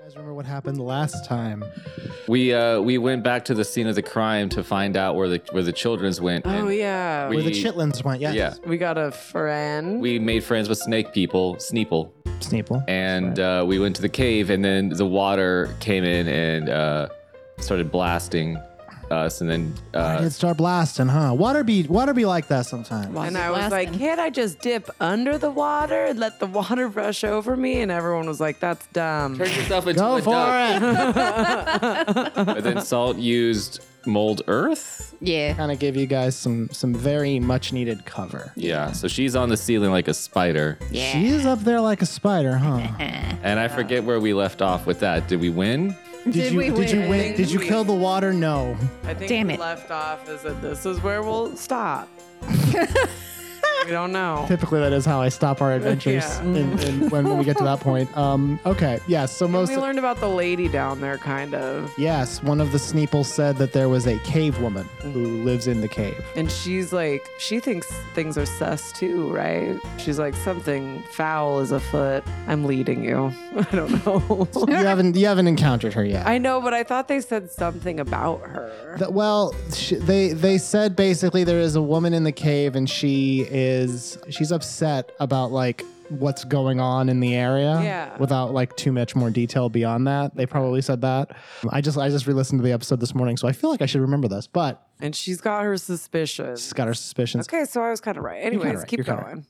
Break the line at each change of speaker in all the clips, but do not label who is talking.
guys remember what happened last time?
We uh, we went back to the scene of the crime to find out where the where the children's went.
Oh
and
yeah.
Where
We,
the
We-
chitlins went, yes.
Yeah.
got a friend.
We made friends with snake people, Sneeple,
Sneeple.
and uh, we went to the cave, and then the water came in and uh, started blasting us, and then
I
uh,
did start blasting, huh? Water be water be like that sometimes.
and I was like, can't I just dip under the water and let the water brush over me? And everyone was like, that's dumb.
turned yourself into
Go
a
for
duck.
it.
But then Salt used mold earth.
Yeah.
kind of give you guys some some very much needed cover.
Yeah, so she's on the ceiling like a spider,
Yeah.
She is up there like a spider, huh?
and I forget where we left off with that. Did we win?
Did, you
we
did you
win?
win? Did you kill the water? No.
I think
Damn
we
it.
left off is that this is where we'll stop. we don't know.
Typically, that is how I stop our adventures.
Yeah.
in, in, when we get to that point. Um. Okay. Yeah. So most.
We learned about the lady down there, kind of.
Yes, one of the Sneeples said that there was a cave woman who lives in the cave.
And she's like, she thinks things are sus too, right? She's like, something foul is afoot. I'm leading you. I don't know.
You haven't you haven't encountered her yet.
I know, but I thought they said something about her.
Th- well, sh- they they said basically there is a woman in the cave and she is she's upset about like what's going on in the area.
Yeah.
Without like too much more detail beyond that, they probably said that. I just I just re-listened to the episode this morning, so I feel like I should remember this, but
And she's got her suspicions.
it's got our suspicions.
Okay, so I was kind of right.
kinda
Anyways,
right.
keep
You're kinda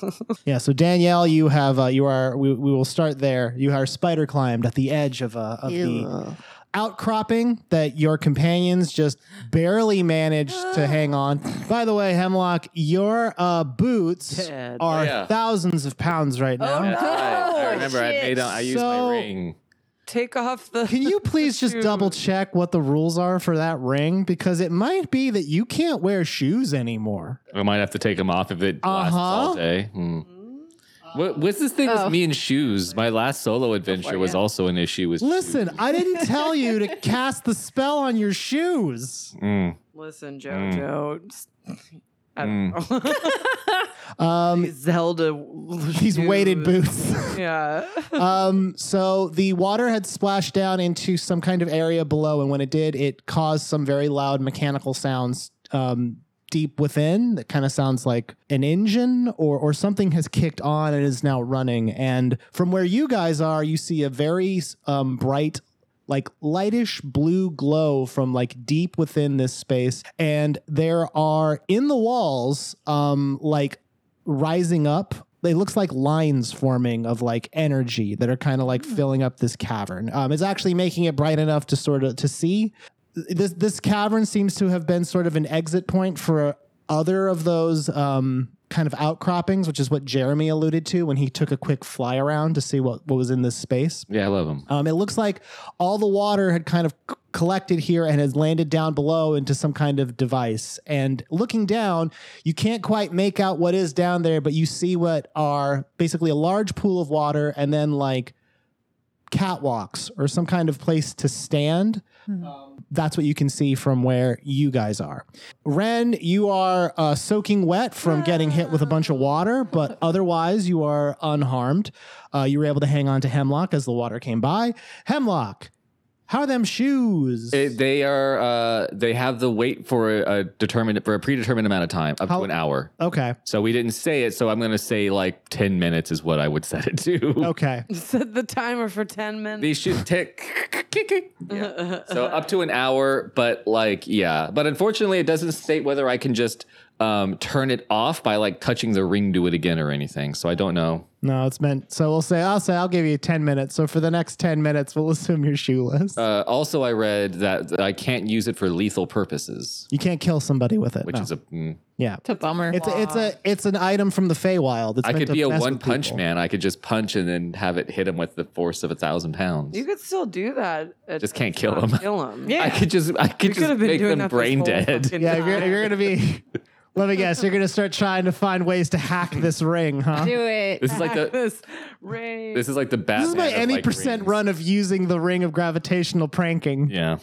going.
Yeah. So Danielle, you have uh, you are we, we will start there. You are spider climbed at the edge of uh, of the outcropping that your companions just barely managed to hang on. By the way, Hemlock, your uh, boots
Ted.
are
Yeah.
thousands of pounds right now.
That's right. I remember I made a, I used
Oh, So-
my ring.
Take off the.
Can you please just double check what the rules are for that ring? Because it might be that you can't wear shoes anymore.
I might have to take them off if it lasts all
Uh-huh. Oh.
day. Hmm. What, what's this thing with me and shoes? My last solo adventure was also an issue with.
Listen, I didn't tell you to cast the spell on your shoes.
Hmm.
Listen, JoJo. just- I don't
Um,
know. These Zelda.
these
shoes.
weighted boots.
Yeah.
um, so the water had splashed down into some kind of area below, and when it did, it caused some very loud mechanical sounds um, deep within. That kind of sounds like an engine or or something has kicked on and is now running. And from where you guys are, you see a very um, bright like lightish blue glow from like deep within this space and there are in the walls um like rising up it looks like lines forming of like energy that are kind of like filling up this cavern um it's actually making it bright enough to sort of to see this this cavern seems to have been sort of an exit point for other of those um kind of outcroppings which is what jeremy alluded to when he took a quick fly around to see what, what was in this space
Yeah, I love them.
um, it looks like all the water had kind of c- collected here and has landed down below into some kind of device. And looking down, you can't quite make out what is down there, but you see what are basically a large pool of water and then like catwalks or some kind of place to stand. Um, that's what you can see from where you guys are. Ren, you are uh, soaking wet from getting hit with a bunch of water, but otherwise you are unharmed. Uh, you were able to hang on to Hemlock as the water came by. Hemlock, how are them shoes?
It, they are. Uh, they have the wait for a, a determined for a predetermined amount of time, up
How-
to an hour.
okay.
So we didn't say it. So I'm going to say like ten minutes is what I would set it to.
Okay.
Set the timer for 10 minutes.
These should tick. Yeah. So up to an hour, but like yeah. But unfortunately, it doesn't state whether I can just um, turn it off by like touching the ring to it again or anything. So I don't know.
No, it's meant. So we'll say, I'll say, I'll give you 10 minutes. So for the next 10 minutes, we'll assume you're shoeless.
Uh, also, I read that, that I can't use it for lethal purposes,
you can't kill somebody with it.
which
no.
is a. mm.
yeah.
It's a bummer.
It's a, it's a it's an item from the Feywild. It's
I
meant
could
to
be a
mess with
one punch
people.
man. I could just punch and then have it hit him with the force of a thousand pounds.
You could still do that. It
Just can't
does
kill
not
them.
Kill them.
I could just, I could
You could
just
have been
make them
doing that this
brain
whole
dead.
fucking
Yeah, if you're,
time.
if you're gonna be. Let me guess. You're gonna start trying to find ways to hack this ring, huh?
Do it.
This is like the,
This rain.
this is like the Batman.
This is my
of,
any
like,
percent
rings.
run of using the ring of gravitational pranking.
Yeah.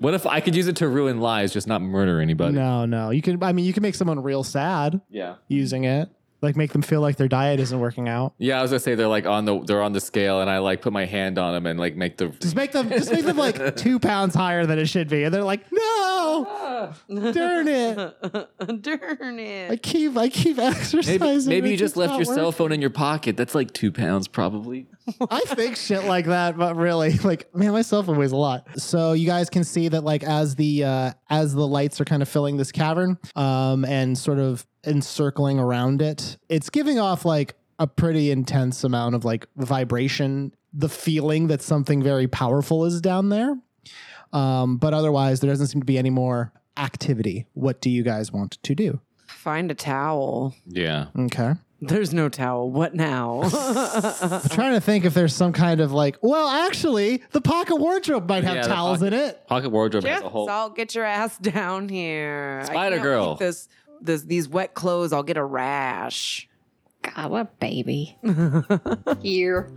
What if I could use it to ruin lives, just not murder anybody?
No, no. You can. I mean, you can make someone real sad
Yeah.
using it. like make them feel like their diet isn't working out.
Yeah, I was gonna say they're like on the they're on the scale, and I like put my hand on them and like make the
Just make them just make them like two pounds higher than it should be, and they're like, no,
Ah."
darn it,
Darn
I
it.
keep I keep exercising.
maybe maybe
it
you just
keeps
left
not
your
working.
cell phone in your pocket. That's like two pounds probably.
I think shit like that, but really, like, man, my cell phone weighs a lot. So you guys can see that, like, as the uh, as the lights are kind of filling this cavern, um, and sort of encircling around it, it's giving off like a pretty intense amount of like vibration, the feeling that something very powerful is down there. Um, but otherwise, there doesn't seem to be any more activity. What do you guys want to do?
Find a towel.
Yeah.
Okay.
There's no towel. What now?
I'm trying to think if there's some kind of like, well, actually, the pocket wardrobe might have
Yeah, the
towels in it.
Pocket wardrobe
Yeah,
has a whole.
I'll get your ass down here. I
Spider
can't
Girl.
keep This, this, these wet clothes. I'll get a rash.
God, what a baby. Here.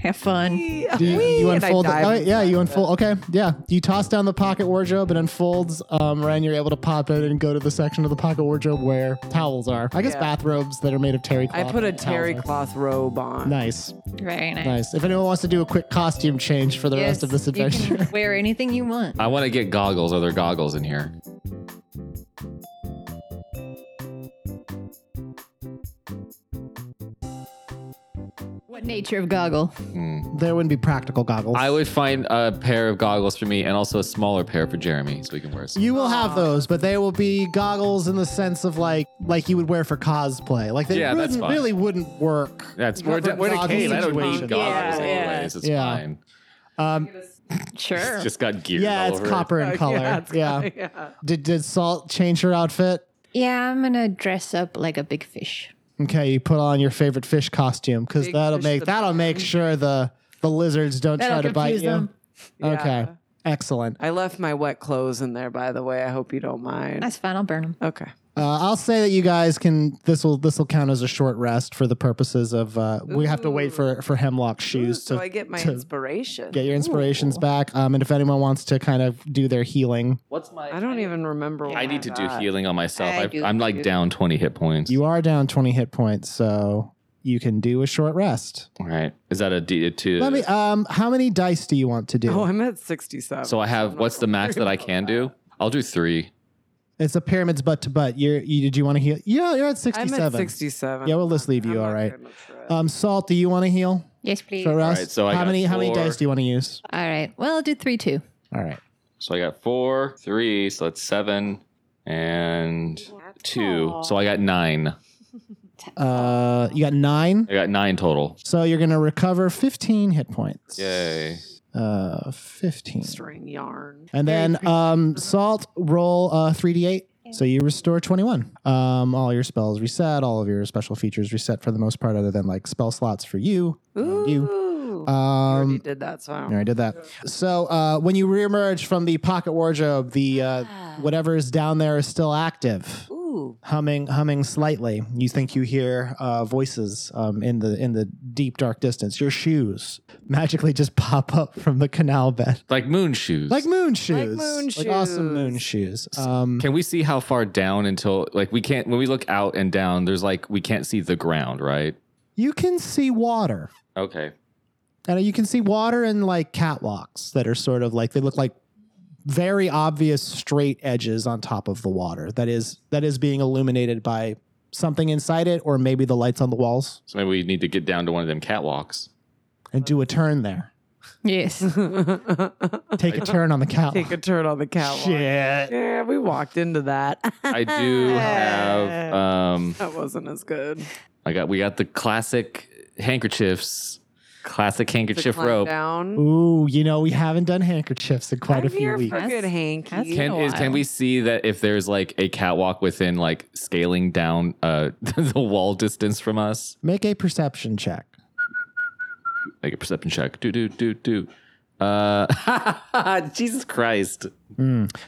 Have fun.
Do you, you
And I
unfold it?
dive
Oh,
in.
yeah, you unfold. Okay, yeah. You toss down the pocket wardrobe, it unfolds. Um, Ren, you're able to pop it and go to the section of the pocket wardrobe where towels are. I guess
Yeah.
bathrobes that are made of terry
I
cloth.
put a
towels
terry
are.
cloth robe on.
Nice,
Very nice.
nice. If anyone wants to do a quick costume change for the rest of this
You
adventure, Uh,
can wear anything you want.
I want to get goggles. Are there goggles in here?
What nature of goggle?
there wouldn't be practical goggles.
Hmm. I would find a pair of goggles for me and also a smaller pair for Jeremy so we can wear some.
You will have those, but they will be goggles in the sense of like like you would wear for cosplay. Like they
Yeah, that's
wouldn't,
fine.
really wouldn't work.
That's we're,
Cover
we're in a
goggles
cave. I don't
situation.
need goggles
Yeah,
anyways. It's
yeah.
fine.
Um,
Sure.
It's just got gears.
yeah,
all
it's
over it.
copper in
Like,
color. Yeah,
it's kinda- yeah.
Did did Salt change her outfit?
yeah, I'm going to dress up like a big fish.
Okay, you put on your favorite fish costume because
Big
that'll
fish
make
the
that'll
big
make
one.
sure the the lizards don't
That'll
try to bite
confuse
you.
them.
Okay,
Yeah.
excellent.
I left my wet clothes in there, by the way. I hope you don't mind.
That's fine. I'll burn them.
okay.
Uh, I'll say that you guys can. This will this will count as a short rest for the purposes of. Uh, we have to wait for for hemlock
Ooh,
shoes
so
to
I get my
to
inspiration.
get your inspirations back. Um, and if anyone wants to kind of do their healing,
What's my?
I don't even remember. what
I need to do
got.
healing on myself.
Oh I
I
do
I, am like
too.
down 20 hit points.
you are down twenty hit points, so you can do a short rest.
All right. Is that a D two?
Let me. Um, how many dice do you want to do?
Oh, I'm at 67.
so I have. What's the max that I can do? I'll do three.
it's a pyramid's butt to butt. You're. You, did you want to heal? Yeah, you're at
I'm
sixty
at
seven.
67.
Yeah, we'll just leave you,
I'm
all
not
right.
gonna trip.
Um, Salt, do you want to heal?
Yes, please.
For us?
right, so I
how
got
many how many
four.
dice do you want to use?
All right. Well, I'll do three, two.
All right.
So I got four, three. So that's seven and two. So I got nine.
Uh, you got nine.
I got nine total.
So you're gonna recover 15 hit points.
Yay.
Uh, 15.
string yarn.
And then um, Salt roll uh 3d8. So you restore 21. Um, all your spells reset. All of your special features reset for the most part, other than like spell slots for you.
Ooh.
Um,
I already did that, so I don't
I did that. So uh, when you reemerge from the pocket wardrobe, the uh, whatever is down there is still active.
Ooh.
humming humming slightly you think you hear uh, voices um, in the in the deep dark distance your shoes magically just pop up from the canal bed
Like moon shoes.
like moon shoes
moon
Like awesome moon shoes um,
Can we see how far down until like we can't when we look out and down? There's like we can't see the ground, right?
you can see water
Okay.
and you can see water and like catwalks that are sort of like they look like very obvious straight edges on top of the water that is that is being illuminated by something inside it or maybe the lights on the walls
So maybe we need to get down to one of them catwalks.
and do a turn there
Yes.
take a turn on the catwalk
Take a turn on the catwalk.
Shit.
Yeah, we walked into that.
I do have um
that wasn't as good.
I got we got the classic handkerchiefs, classic
The
handkerchief
climb
rope.
Down.
Ooh, you know, we haven't done handkerchiefs in quite
I'm
a few
here
weeks.
For good
That's-
hanky.
that's
Can
Been a
is, can
while.
we see that if there's like a catwalk within like scaling down uh the wall distance from us?
Make a perception check.
Like a perception check. Do do do do. Uh Jesus Christ.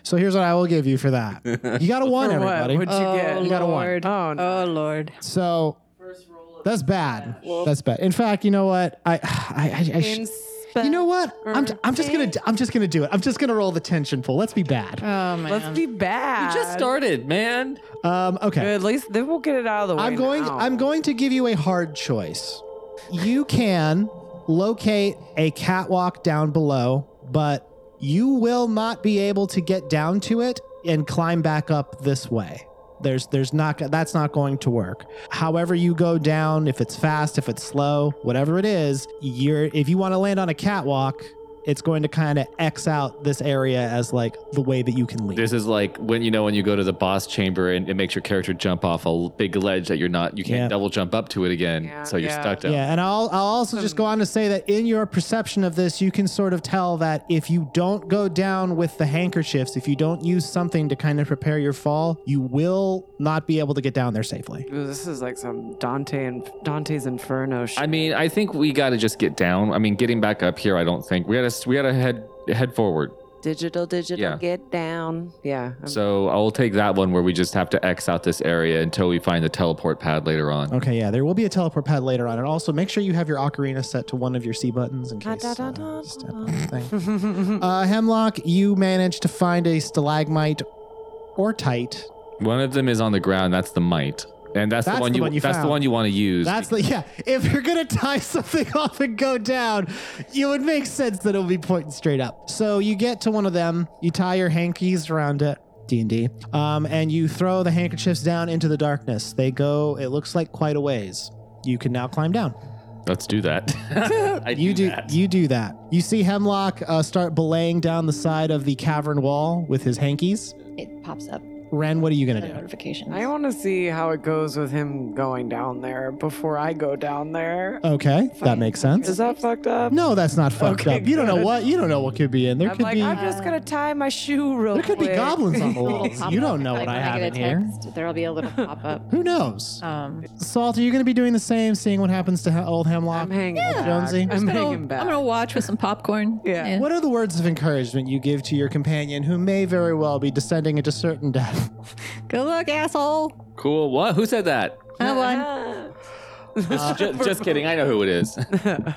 So here's what I will give you for that. You got a one,
For what?
everybody.
What'd you get?
You got a one.
Lord.
Oh, no.
Oh, Lord.
So that's bad. That's bad. In fact, you know what? I I, I, I sh-
bed.
You know what? I'm,
Or-
I'm just gonna I'm just gonna do it. I'm just gonna roll the tension pool. Let's be bad.
Oh man.
Let's be bad.
You just started, man.
Um, okay.
At least then we'll get it out of the way.
I'm going
now.
I'm going to give you a hard choice. You can locate a catwalk down below, but you will not be able to get down to it and climb back up this way. There's there's not that's not going to work. However you go down, if it's fast, if it's slow, whatever it is, you're if you want to land on a catwalk, it's going to kind of X out this area as like the way that you can leave.
This is like when you know when you go to the boss chamber and it makes your character jump off a l- big ledge that you're not you can't
Yeah.
double jump up to it again,
Yeah.
so you're
Yeah.
stuck down.
Yeah, and I'll, I'll also just go on to say that in your perception of this, you can sort of tell that if you don't go down with the handkerchiefs, if you don't use something to kind of prepare your fall, you will not be able to get down there safely.
Ooh, this is like some Dante and Dante's Inferno shit.
I mean, I think we got to just get down. I mean, getting back up here, I don't think we got to we got to head head forward.
digital, digital,
Yeah.
get down. Yeah. I'm-
So I'll take that one where we just have to X out this area until we find the teleport pad later on.
Okay, yeah, there will be a teleport pad later on, and also make sure you have your ocarina set to one of your C buttons in
Da,
case.
da, da,
uh,
da,
just
da.
have one thing. Uh, Hemlock, you managed to find a stalagmite or tight.
One of them is on the ground. That's the mite, and that's,
That's
the one
the
you,
one you
that's
found.
the one you want to use.
That's the yeah. If you're gonna tie something off and go down, it would make sense that it'll be pointing straight up. So you get to one of them, you tie your hankies around it. D and D, um, and you throw the handkerchiefs down into the darkness. They go. It looks like quite a ways. You can now climb down.
Let's do that. I
You do.
that.
You do that. You see Hemlock uh, start belaying down the side of the cavern wall with his hankies.
it pops up
Ren, what are you gonna
the
do?
notifications.
I want to see how it goes with him going down there before I go down there.
Okay, that
Fine.
makes sense.
Is that fucked up?
No, that's not fucked
Okay,
up. You don't know
good.
what. You don't know what could be in there.
I'm
could
like,
be.
I'm just gonna tie my shoe real
There could be
quick.
goblins on the
It'll
walls.
pop
You
up
don't know
if
what I
when
have in
get a
here.
text, There'll be a little pop up.
Who knows?
Um,
Salt, are you going to be doing the same, seeing what happens to he- old Hemlock?
I'm hanging back.
Jonesy?
I'm
gonna-
hanging back.
I'm gonna watch with some popcorn.
Yeah.
What are the words of encouragement you give to your companion who may very well be descending into certain death?
Good luck, asshole.
Cool. What? Who said that?
I won.
Ah.
Uh,
Ju- just, kidding. I know who it is.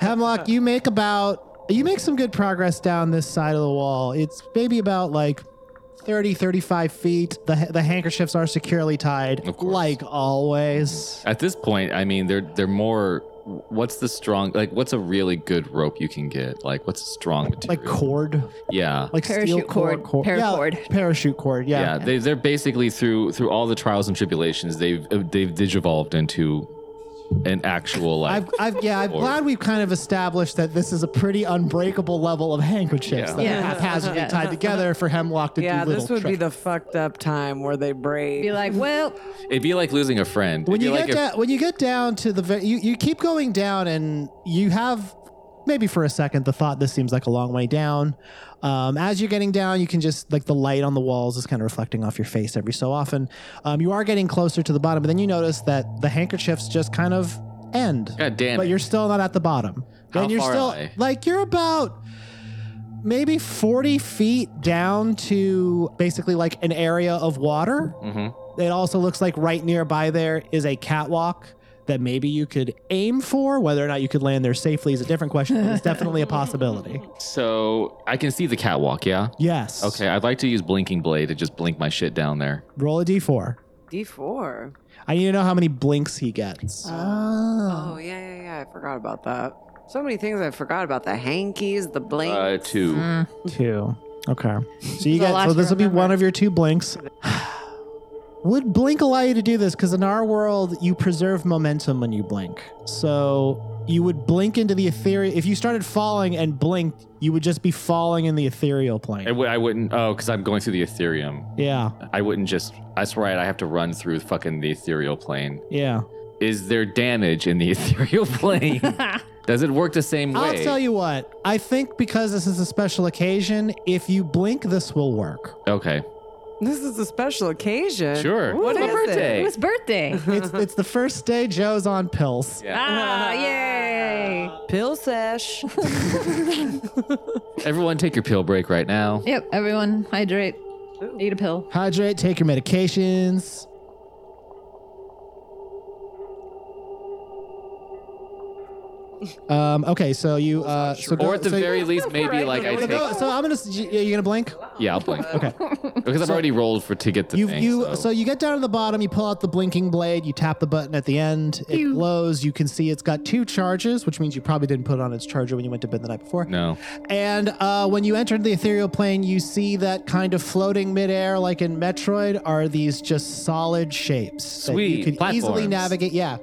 Hemlock, you make about you make some good progress down this side of the wall. It's maybe about like 30 35 feet. The the handkerchiefs are securely tied
Of course.
like always.
At this point, I mean, they're they're more. What's the strong? Like, what's a really good rope you can get? Like, what's a strong
Like
material?
cord,
yeah.
like steel
Parachute
cord,
cord. Paracord.
Yeah, parachute cord.
yeah, They, they're basically through through all the trials and tribulations. They've uh, they've digivolved into an actual like.
I've, I've, yeah, I'm
Or-
glad we've kind of established that this is a pretty unbreakable level of handkerchiefs
Yeah.
that
Yeah.
are haphazardly
Yeah.
tied together for Hemlock to
yeah,
do little
this would be
tricks.
the fucked up time where they break.
Be like, well,
it'd be like losing a friend.
when
It'd
you
be
get
like if-
down, when you get down to the ve- you you keep going down and you have maybe for a second the thought this seems like a long way down. Um, as you're getting down, you can just like the light on the walls is kind of reflecting off your face every so often. Um, you are getting closer to the bottom, but then you notice that the handkerchiefs just kind of end.
God damn
but
it.
you're still not at the bottom.
How
and you're
far
still
am I?
like you're about maybe 40 feet down to basically like an area of water.
Mhm.
It also looks like right nearby there is a catwalk that maybe you could aim for. Whether or not you could land there safely is a different question, but it's definitely a possibility.
So I can see the catwalk. Yeah.
Yes.
Okay. I'd like to use blinking blade to just blink my shit down there.
Roll a d4.
D4.
I need to know how many blinks he gets.
Oh, yeah, yeah, yeah. I forgot about that. So many things I forgot about the hankies, the blank.
Uh, two.
mm.
Two. Okay. So you
There's a
get
lot
so
to
this will be
remember.
one of your two blinks. Would blink allow you to do this? Because in our world, you preserve momentum when you blink. So you would blink into the ethereal. If you started falling and blinked, you would just be falling in the ethereal
I,
plane.
w- I wouldn't. Oh, because I'm going through the Ethereum.
Yeah,
I wouldn't just. That's right. I have to run through fucking the ethereal plane.
yeah.
Is there damage in the ethereal plane? Does it work the same way?
I'll tell you what. I think because this is a special occasion, if you blink, this will work.
Okay.
This is a special occasion.
Sure.
What
It's my
is
birthday.
It?
it was birthday.
It's it's the first day Joe's on pills.
Yeah.
ah, yay.
Pill sesh.
Everyone, take your pill break right now.
Yep, everyone hydrate. Eat a pill.
Hydrate, take your medications. Um, okay, so you. Uh, so go,
Or at the
so you-
very least, maybe like I
so,
take.
go, so I'm gonna. You, are you gonna blink?
Yeah, I'll blink
Okay.
because I've already rolled for to get the
You
thing.
you so.
so.
you get down to the bottom. You pull out the blinking blade. You tap the button at the end. It glows. You can see it's got two charges, which means you probably didn't put on its charger when you went to bed the night before.
no.
And uh, when you entered the ethereal plane, you see that kind of floating midair, like in Metroid, are these just solid shapes that you
Sweet,
could easily
platforms.
navigate. Yeah.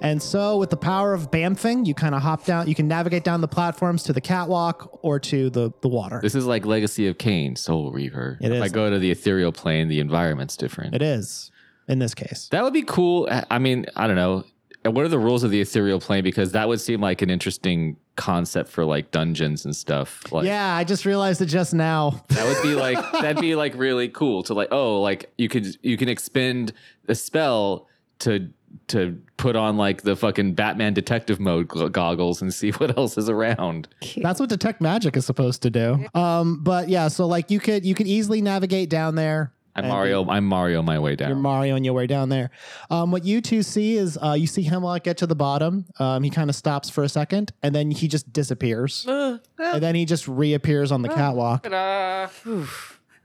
And so, with the power of bamfing, you kind of hop down. You can navigate down the platforms to the catwalk or to the the water.
This is like Legacy of Kain, Soul Reaver.
It
if I
is.
go to the ethereal plane, the environment's different.
it is in this case.
That would be cool. I I mean, I don't know. And What are the rules of the ethereal plane? Because that would seem like an interesting concept for like dungeons and stuff. Like,
yeah, I just realized it just now.
that would be like that'd be like really cool to like oh like you could you can expend a spell to to put on like the fucking Batman detective mode gl- goggles and see what else is around.
That's what detect magic is supposed to do. Um, but yeah, so like you could you could easily navigate down there.
I'm
and
Mario. I'm Mario my way down.
You're Mario on your way down there. Um, what you two see is uh, you see Hemlock get to the bottom. Um, he kind of stops for a second, and then he just disappears. and then he just reappears on the catwalk.
uh,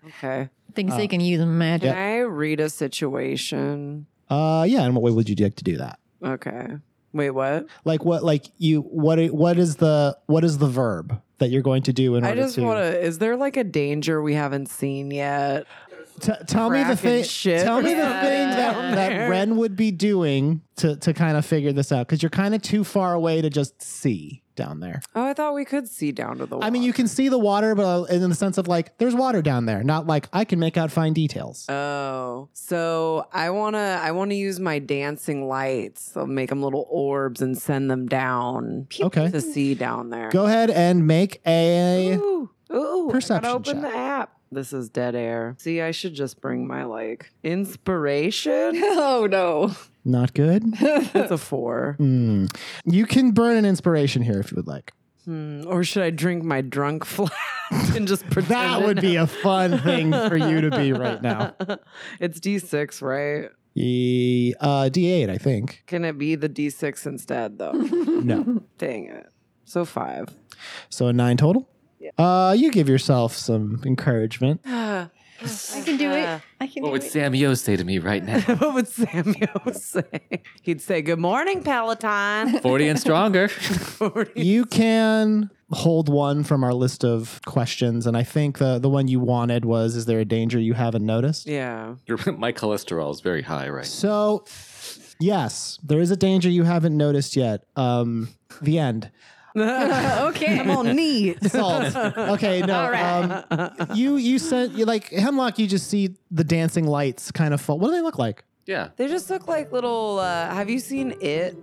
Okay.
Thinks they can use magic.
Can I read a situation?
Uh, yeah. And what way would you like to do that?
Okay. Wait, what?
Like what? Like you? What? i- What is the? What is the verb that you're going to do in
I
order
just
to?
want to. Is there like a danger we haven't seen yet?
T- tell me the
Cracking
thing.
shit
Tell me the
down
thing that, that
there.
Ren would be doing to to kind of figure this out because you're kind of too far away to just see down there.
Oh, I thought we could see down to the.
I mean, you
water.
can see the water, but uh, in the sense of like, there's water down there, not like I can make out fine details.
Oh, so I wanna I wanna use my dancing lights. I'll make them little orbs and send them down
Okay.
to see down there.
Go ahead and make a.
Ooh, ooh,
Perception
I gotta open
check.
the app. This is dead air. See, I should just bring my like inspiration.
Oh no.
Not good.
it's a four.
Hmm. You can burn an inspiration here if you would like.
Hmm, Or should I drink my drunk flask and just pretend?
That
it
would be a fun thing for you to be right now.
It's D6, right?
Ye- uh, D8, I think.
Can it be the D6 instead, though?
No.
Dang it. So five.
So a nine total. Uh, you give yourself some encouragement.
I can do it. I can
What
do
would
it.
Sam Yo say to me right now?
what would Samuel say? He'd say, Good morning, Peloton.
Forty and stronger.
You can hold one from our list of questions, and I think the the one you wanted was: Is there a danger you haven't noticed?
yeah.
My cholesterol is very high right.
So, yes, there is a danger you haven't noticed yet. Um, the end.
okay. I'm on neat.
Solved. okay, no. Um, you you said you like Hemlock. You just see the dancing lights kind of fall. What do they look like?
Yeah.
They just look like little. Uh, have you seen it?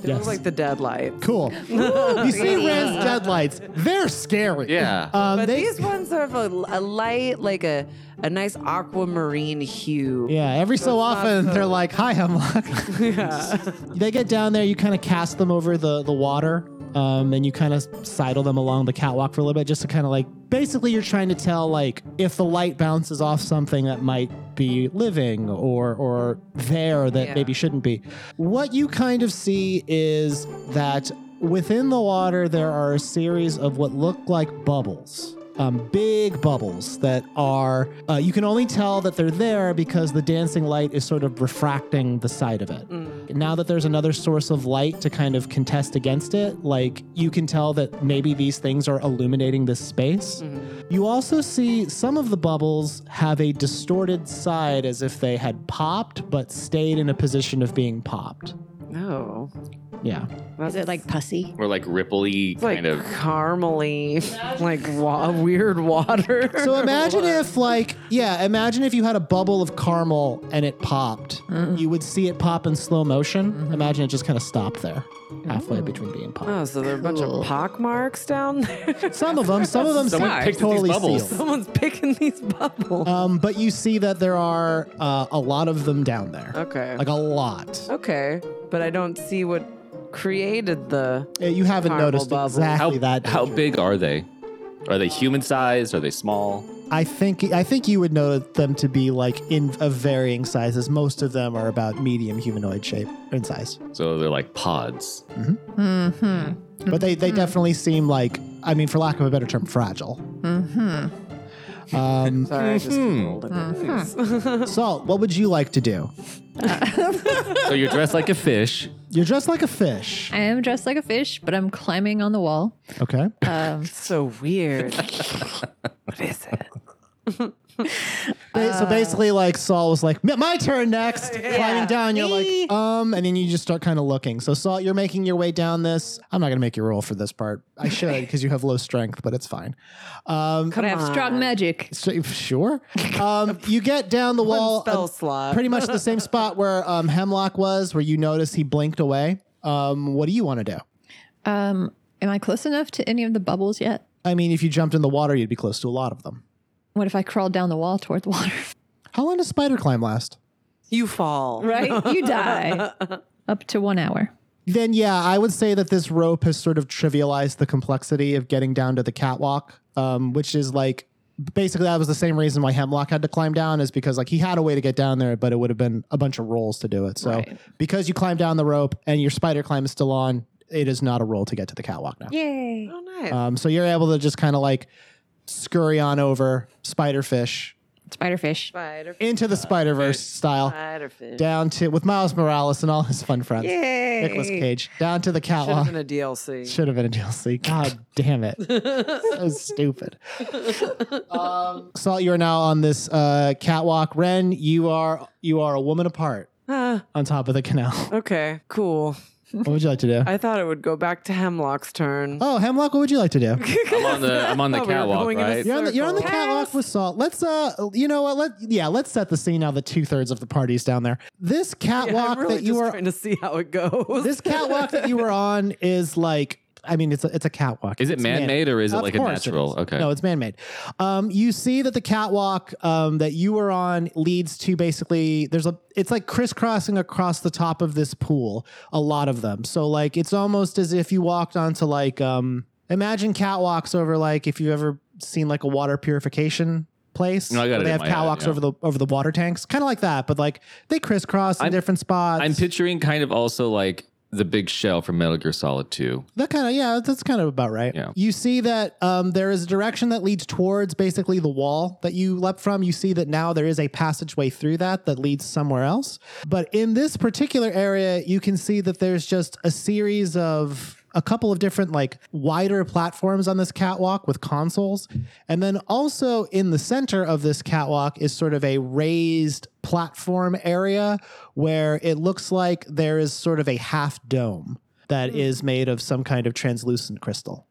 They
Yes.
look like the deadlight.
Cool. you see
pretty.
Rand's deadlights. They're scary.
Yeah.
Um,
But
they-
these ones are of a, a light, like a, a nice aquamarine hue.
yeah. Every so often they're like, "Hi, Hemlock."
Yeah.
they get down there. You kind of cast them over the the water. Um, and you kind of sidle them along the catwalk for a little bit just to kind of like basically you're trying to tell like if the light bounces off something that might be living or or there that
Yeah.
maybe shouldn't be what you kind of see is that within the water there are a series of what look like bubbles um, big bubbles that are uh, you can only tell that they're there because the dancing light is sort of refracting the side of it
Mm-hmm.
now that there's another source of light to kind of contest against it like you can tell that maybe these things are illuminating this space
Mm. Mm-hmm.
you also see some of the bubbles have a distorted side as if they had popped but stayed in a position of being popped.
No.
Yeah.
Is it like pussy?
Or like ripply
It's like
kind of.
caramely, like wa- weird water.
So imagine if, like, yeah, imagine if you had a bubble of caramel and it popped.
Mm-hmm.
You would see it pop in slow motion. Imagine it just kind of stopped there,
Mm.
halfway between being popped.
Oh, so there are a bunch
Cool.
of pock marks down there.
Some of them, some of them seem
Oh. Someone picked at these
totally
bubbles.
sealed.
Someone's picking these bubbles.
Um, but you see that there are uh, a lot of them down there.
okay.
Like a lot.
okay. But I don't see what created the.
Uh, You haven't
Caramel
noticed
bubbles.
exactly
How
that.
how big are they? Are they human sized? Are they small?
I think I think you would know them to be like in of varying sizes. Most of them are about medium humanoid shape and size,
So they're like pods.
Mm-hmm.
but they they definitely seem like I mean, for lack of a better term, fragile.
Mm-hmm.
Um,
Sorry, I just
Mhm.
rolled it.
Salt, what would you like to do?
So you're dressed like a fish.
You're dressed like a fish.
I am dressed like a fish, but I'm climbing on the wall.
Okay.
Um,
so weird. what is it?
Ba-
Um,
so basically, like Saul was like, "M- "My turn next." Climbing down, you're
Me.
like, "Um," and then you just start kind of looking. So Saul, you're making your way down this. I'm not gonna make you roll for this part. I should because you have low strength, but it's fine. Um,
but I have strong magic.
so- sure. Um, you get down the wall,
spell
um,
slot.
pretty much the same spot where um, Hemlock was, where you notice he blinked away. Um, what do you want to do?
Um, am I close enough to any of the bubbles yet?
I mean, if you jumped in the water, you'd be close to a lot of them.
What if I crawled down the wall toward the water?
How long does spider climb last?
you fall.
Right? You die. Up to one hour.
Then yeah, I would say that this rope has sort of trivialized the complexity of getting down to the catwalk, um, which is like basically that was the same reason why Hemlock had to climb down is because like he had a way to get down there, but it would have been a bunch of rolls to do it. So
Right.
because you climb down the rope and your spider climb is still on, it is not a roll to get to the catwalk now.
Yay.
Oh, nice.
Um, so you're able to just kind of like scurry on over spiderfish
Spiderfish.
spider,
into the Spider Verse style
spider fish.
down to with Miles Morales and all his fun friends.
Yay.
Nicholas Cage down to the
Should have
catwalk.
been a DLC.
uh, Should have been a DLC. God damn it. so stupid. Um, Salt, you are now on this uh, catwalk. Ren, you are you are a woman apart
Ah,
on top of the canal.
okay, cool.
What would you like to do?
I thought it would go back to Hemlock's turn.
Oh, Hemlock, what would you like to do?
I'm on the I'm on the
Oh, we were
catwalk,
going in a
right?
circle.
You're on the, you're on the
Pass.
catwalk with Salt. Let's uh, you know what? Let yeah, let's set the scene. Now the two thirds of the party's down there. This
Yeah,
catwalk
I'm really
that you
just
are
trying to see how it goes.
this catwalk that you were on is like I mean it's a, it's a catwalk.
Is it
It's
man made or is it
Of
like a
course it
natural?
is.
okay.
No, it's man made. Um, you see that the catwalk um, that you were on leads to basically there's a it's like crisscrossing across the top of this pool. A lot of them. So like it's almost as if you walked onto like um, imagine catwalks over like if you've ever seen like a water purification place.
No, I got
where
it
they
in
have
my head,
catwalks
yeah.
over the over the water tanks, kind of like that, but like they crisscross in
I'm-
different spots.
I'm picturing kind of also like the big shell from Metal Gear Solid 2.
That kind of yeah, that's kind of about right.
Yeah.
You see that um, there is a direction that leads towards basically the wall that you leapt from. You see that now there is a passageway through that that leads somewhere else. But in this particular area, you can see that there's just a series of a couple of different like wider platforms on this catwalk with consoles. And then also in the center of this catwalk is sort of a raised platform area where it looks like there is sort of a half dome that is
Hmm.
made of some kind of translucent crystal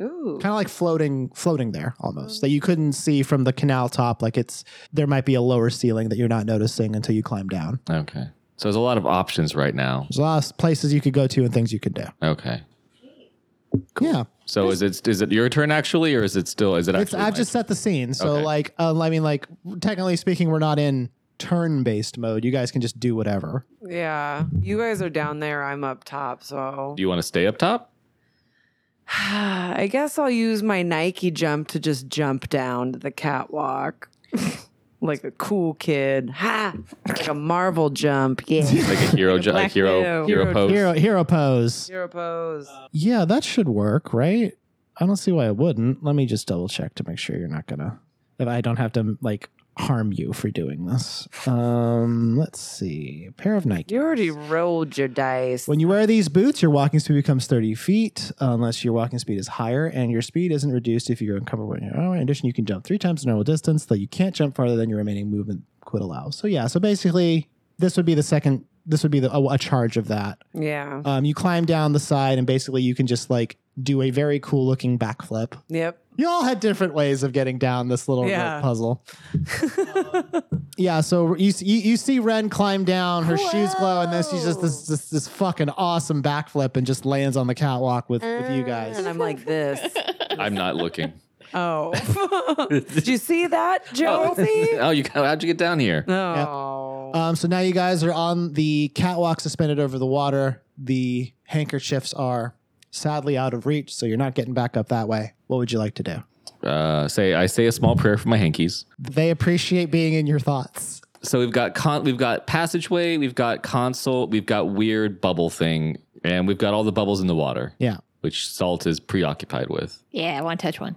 Ooh.
kind of like floating floating there almost that you couldn't see from the canal top like it's there might be a lower ceiling that you're not noticing until you climb down
Okay. So there's a lot of options right now.
there's a lot of places you could go to and things you could do
Okay.
yeah
So is it is it your turn actually or is it still is it actually
it's, i've
my
just set the scene so
Okay.
like uh, i mean like technically speaking we're not in turn-based mode you guys can just do whatever
Yeah. You guys are down there. I'm up top. So
Do you want to stay up top?
I guess I'll use my Nike jump to just jump down to the catwalk. like a cool kid. Ha! Like a Marvel jump. Yeah.
Like a hero jo- like
Black
hero hero
Widow. Hero
pose.
hero hero pose
Hero pose.
yeah that should work right i don't see why it wouldn't let me just double check to make sure you're not gonna if i don't have to like harm you for doing this um let's see a pair of nike
You already rolled your dice.
When you wear these boots, your walking speed becomes 30 feet, unless your walking speed is higher, and your speed isn't reduced if you're uncomfortable in your hour. In addition, you can jump three times the normal distance, though you can't jump farther than your remaining movement quit allows. So yeah, so basically, this would be the second. This would be the, a, a charge of that.
yeah.
Um, you climb down the side, and basically, you can just like do a very cool looking backflip.
Yep.
You all had different ways of getting down this little
Yeah.
puzzle. Yeah, so you, see- you you see Ren climb down, her shoes glow, and then she's just this this, this fucking awesome backflip and just lands on the catwalk with, with you guys.
and I'm like this.
I'm not looking.
Oh. Did you see that, Josie?
oh, you how'd you get down here?
No.
Um, so now you guys are on the catwalk suspended over the water. The handkerchiefs are sadly out of reach, so you're not getting back up that way. What would you like to do?
uh, say I say a small prayer for my hankies.
They appreciate being in your thoughts.
So we've got con- we've got passageway, we've got console, we've got weird bubble thing, and we've got all the bubbles in the water,
Yeah.
which Salt is preoccupied with.
Yeah, I want to touch one.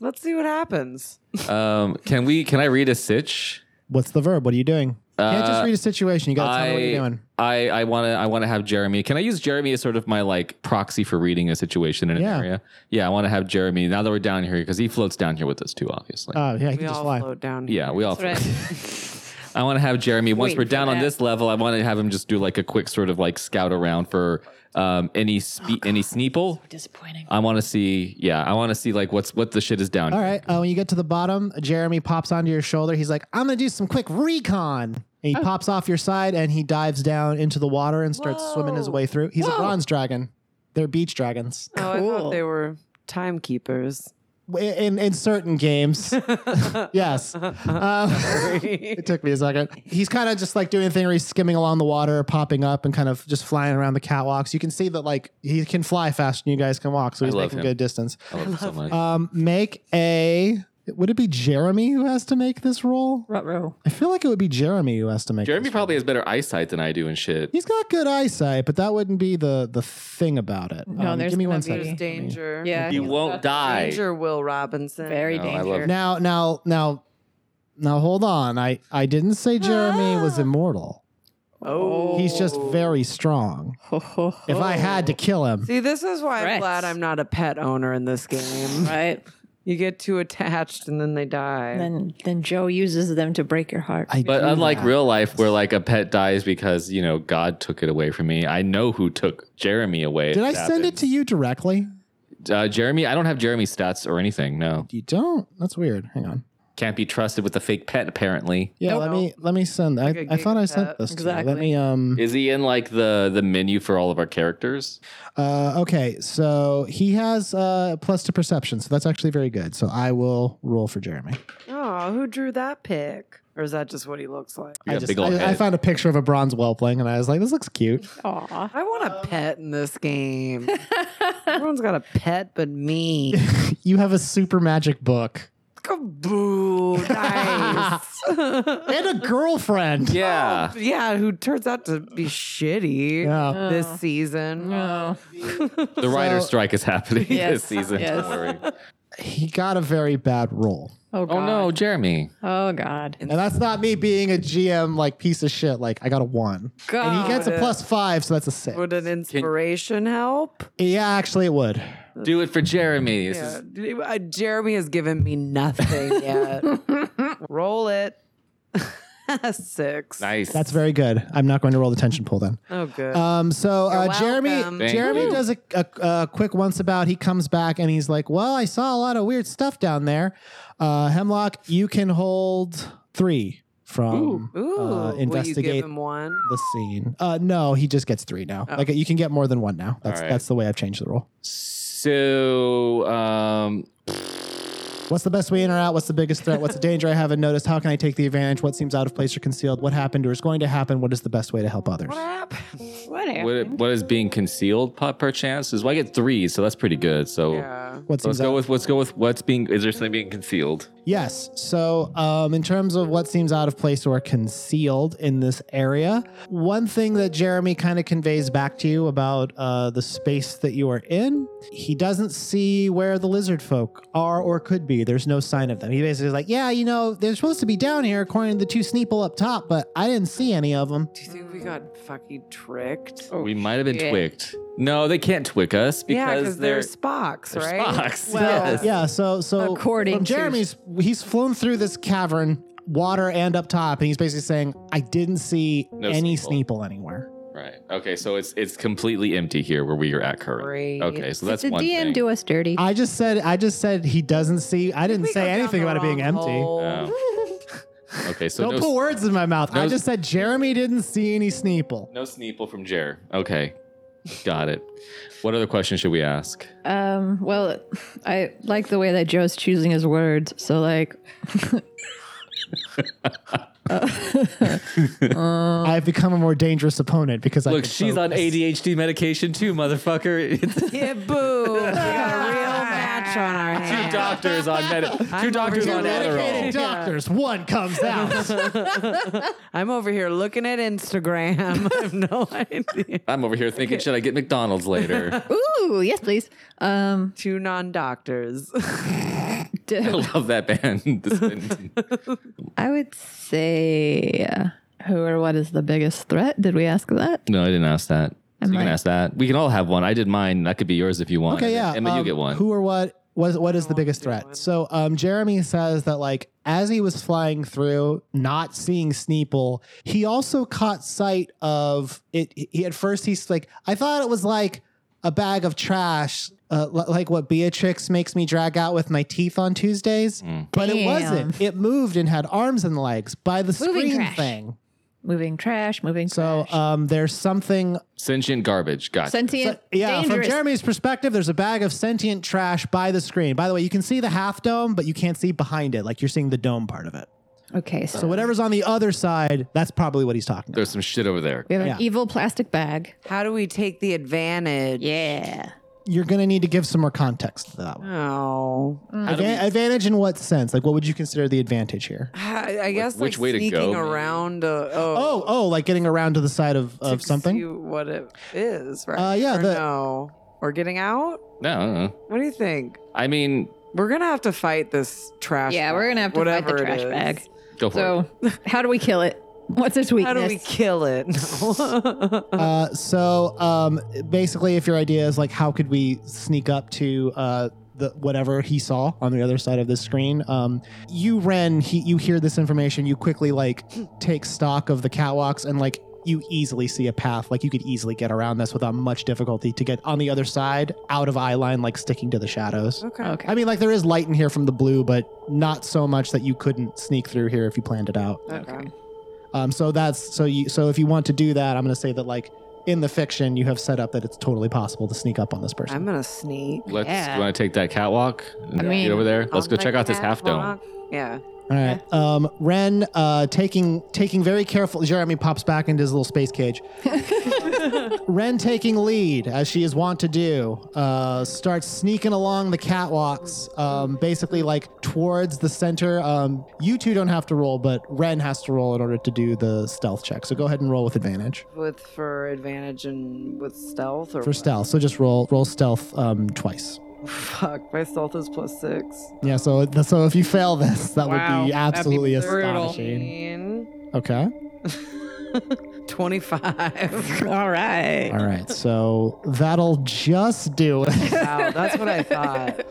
Let's see what happens.
Um, can we? Can I read a sitch?
What's the verb? What are you doing? Can't
Uh,
just read a situation. You gotta tell me what you're doing.
I I want to I want to have Jeremy. Can I use Jeremy as sort of my like proxy for reading a situation in an
Yeah.
area? Yeah, I want to have Jeremy now that we're down here because he floats down here with us too, obviously.
Oh yeah, you
We
can just
all
lie.
float down.
yeah, we all.
That's
I want to have Jeremy once
Wait
we're
for
down on
that.
this level. I want to have him just do like a quick sort of like scout around for um, any
Oh,
spe- any sneeple.
Disappointing.
I want to see. Yeah, I want to see like what's what the shit is down.
All
here.
right. Uh, when you get to the bottom, Jeremy pops onto your shoulder. He's like, "I'm gonna do some quick recon." And he pops off your side and he dives down into the water and starts swimming his
Whoa.
way through. He's a
Whoa.
bronze dragon. They're beach dragons.
Oh, I thought
Cool.
they were timekeepers.
W- In in certain games, yes. Um, it took me a second. He's kind of just like doing a thing where he's skimming along the water, popping up, and kind of just flying around the catwalks. You can see that like he can fly faster than you guys can walk, so
I
he's
love
making
him.
good distance.
I love, him so much.
Um, make a. Would it be Jeremy who has to make this roll?
Ruh-roh.
I feel like it would be Jeremy who has to make.
Jeremy
this roll.
probably has better eyesight than I do and shit.
He's got good eyesight, but that wouldn't be the the thing about it. Um,
No, there's
give me
gonna
one
be-
second.
There's
Let me-
danger.
Yeah.
He won't die.
Danger, Will Robinson.
Very
No, I love-
dangerous.
Now, now, now, now, hold on. I I didn't say Jeremy
Ah.
was immortal.
Oh.
He's just very strong.
Ho, ho, ho.
If I had to kill him,
See, this is why I'm
Threats.
glad I'm not a pet owner in this game.
Right.
you get too attached and then they die.
Then then Joe uses them to break your heart.
I
But
do
unlike
that.
real life, where like a pet dies because you know God took it away from me, I know who took Jeremy away.
Did I send it to you directly?
you? Uh, Jeremy, I don't have Jeremy stats or anything. No,
You don't. That's weird. Hang on.
can't be trusted with a fake pet. Apparently,
Yeah,
Nope.
let me let me send. I,
Like a
I thought I
giga
sent
pet.
this. to you.
Exactly.
Let me um.
is he in like the the menu for all of our characters?
Uh, okay, so he has uh plus to perception, so that's actually very good. So I will roll for Jeremy.
Oh, who drew that pic? Or is that just what he looks like?
We
I,
got
just,
big old
I, I
head.
found a picture of a bronze whelpling, and I was like, "This looks cute."
Aw.
I want
Um,
a pet in this game. Everyone's got a pet but me.
you have a super magic book
Kaboo. Nice.
and a girlfriend.
Yeah,
yeah, who turns out to be shitty
Yeah.
this season.
Oh.
No.
the writer's
So-
strike is happening
Yes,
this season.
yes.
Don't worry.
He got a very bad roll,
Oh, God.
Oh no, Jeremy!
Oh God.
and that's not me being a GM like piece of shit. Like I got a one, and he gets a
Oh, it.
plus five, so that's a six.
Would an inspiration help?
Yeah, actually, it would.
Do it for Jeremy. This
Yeah.
is
Uh, Jeremy has given me nothing yet. Roll it. Six.
nice.
That's very good. I'm not going to roll the tension pool then.
Oh, good.
Um, so
You're
uh,
welcome.
Jeremy,
Thank
Jeremy
you.
does a, a, a quick once about. He comes back and he's like, "Well, I saw a lot of weird stuff down there. Uh, Hemlock, you can hold three from uh,
Ooh. Will you give
investigate
him one?
the scene. Uh, no, he just gets three now.
Oh.
Like you can get more than one now. That's
All right.
that's the way I've changed the rule.
so. Um,
What's the best way in or out? What's the biggest threat? What's the danger I haven't noticed? How can I take the advantage? What seems out of place or concealed? What happened or is going to happen? What is the best way to help others?
Whatever.
what, what is being concealed per- perchance is well, I get three, so that's pretty good. So
Yeah.
What
let's
seems
go
out-
with let's go with what's being is there something being concealed?
Yes. So, um, in terms of what seems out of place or concealed in this area, one thing that Jeremy kind of conveys back to you about uh, the space that you are in, he doesn't see where the lizard folk are or could be. There's no sign of them. He basically is like, Yeah, you know, they're supposed to be down here according to the two Sneeple up top, but I didn't see any of them.
Do you think we got fucking tricked?
we might have been
shit.
twicked. No, they can't twick us
yeah,
because
they're
they're,
Spocks,
they're
right?
Spocks,
Well,
yes.
Yeah, so so
According
from
to-
Jeremy's he's flown through this cavern, water and up top, and he's basically saying, I didn't see
No
any
Sneeple.
Sneeple anywhere.
Right. Okay, so it's it's completely empty here where we are at currently.
Great.
Okay, so that's
Did the
one
DM
thing.
do us dirty?
I just said I just said he doesn't see. I didn't
We go
say
down
anything
the
about it being
wrong
empty.
hole.
Oh. Okay, so
Don't
no,
put words in my mouth. I
no-
just said Jeremy didn't see any Sneeple.
no Sneeple from Jer. Okay. Got it. What other question should we ask?
Um, well, I like the way that Joe's choosing his words. So, like,
I have become a more dangerous opponent because I
Uh-huh. Look,
can
she's on
focus.
ADHD medication too, motherfucker. It's two
Yeah, boo. we got a real match on our hands.
doctors on med- two doctors
Two
on
medicated
Adderall.
doctors. One comes out.
I'm over here looking at Instagram. I have no idea.
I'm over here thinking, should I get McDonald's later?
Ooh, yes, please. Um,
Two non doctors.
I
d-
love that band.
I would say uh, who or what is the biggest threat? Did we ask that?
no, I didn't ask that.
I
you
might-
can ask that. We can all have one. I did mine. That could be yours if you want.
okay, yeah.
Emma, you
um,
get one.
Who or what? What, what is the biggest threat? So um, Jeremy says that like as he was flying through, not seeing Sneeple, he also caught sight of it. He, at first he's like, I thought it was like a bag of trash, uh, li- like what Beatrix makes me drag out with my teeth on Tuesdays.
Hmm.
But it
Damn.
wasn't. It moved and had arms and legs by the
Moving
screen
trash.
thing.
Moving trash, moving
So
trash.
um, there's something
Sentient garbage. Got
sentient,
so- yeah,
dangerous.
from Jeremy's perspective, there's a bag of sentient trash by the screen. By the way, you can see the half dome, but you can't see behind it. Like you're seeing the dome part of it.
okay, so,
So whatever's on the other side, that's probably what he's talking about.
There's some shit over there.
we have
yeah.
an evil plastic bag.
How do we take the advantage?
Yeah.
You're gonna need to give some more context to that one.
Oh,
Advan- advantage in what sense? Like, what would you conder the advantage here?
I, I guess
which
like
way to
sneaking
go, maybe?
around. Uh, oh,
Oh, oh, like getting around to the side of, Oh, of
to
something.
see what it is, right?
Uh, yeah,
Or
the-
no, or getting out.
No, I don't know.
What do you think?
I mean,
We're gonna have to fight this trash.
Yeah,
bag,
we're gonna have to fight the
whatever it
trash
is.
bag.
go for it.
So, how do we kill it? What's its
How
weakness?
do we kill it?
Uh, so um, basically, if your idea is like, how could we sneak up to uh, the whatever he saw on the other side of the screen? Um, you, Ren, he, you hear this information. You quickly like take stock of the catwalks and like you easily see a path. Like you could easily get around this without much difficulty to get on the other side, out of eye line, like sticking to the shadows.
okay.
Okay.
I mean, like there is light in here from the blue, but not so much that you couldn't sneak through here if you planned it out.
Okay.
Um, so that's so you so if you want to do that, I'm gonna say that like in the fiction you have set up that it's totally possible to sneak up on this person.
I'm gonna sneak.
Let's
Yeah.
you want to take that catwalk and
I mean,
get over there. Let's
on
go
the
check out this half dome.
catwalk. Yeah.
All right. Um, Ren uh, taking taking very careful. Jeremy pops back into his little space cage. Ren taking lead as she is wont to do. Uh, starts sneaking along the catwalks, um, basically like towards the center. Um, you two don't have to roll, but Ren has to roll in order to do the stealth check. So go ahead and roll with advantage
With for advantage and with stealth or
for
what?
stealth. So just roll roll stealth um, twice.
Fuck, my stealth is plus six.
Yeah, so th- so if you fail this, that
Wow,
would be
that'd be
absolutely
brutal.
astonishing. Okay.
Twenty-five.
All right.
All right. So that'll just do it.
wow, that's what I thought.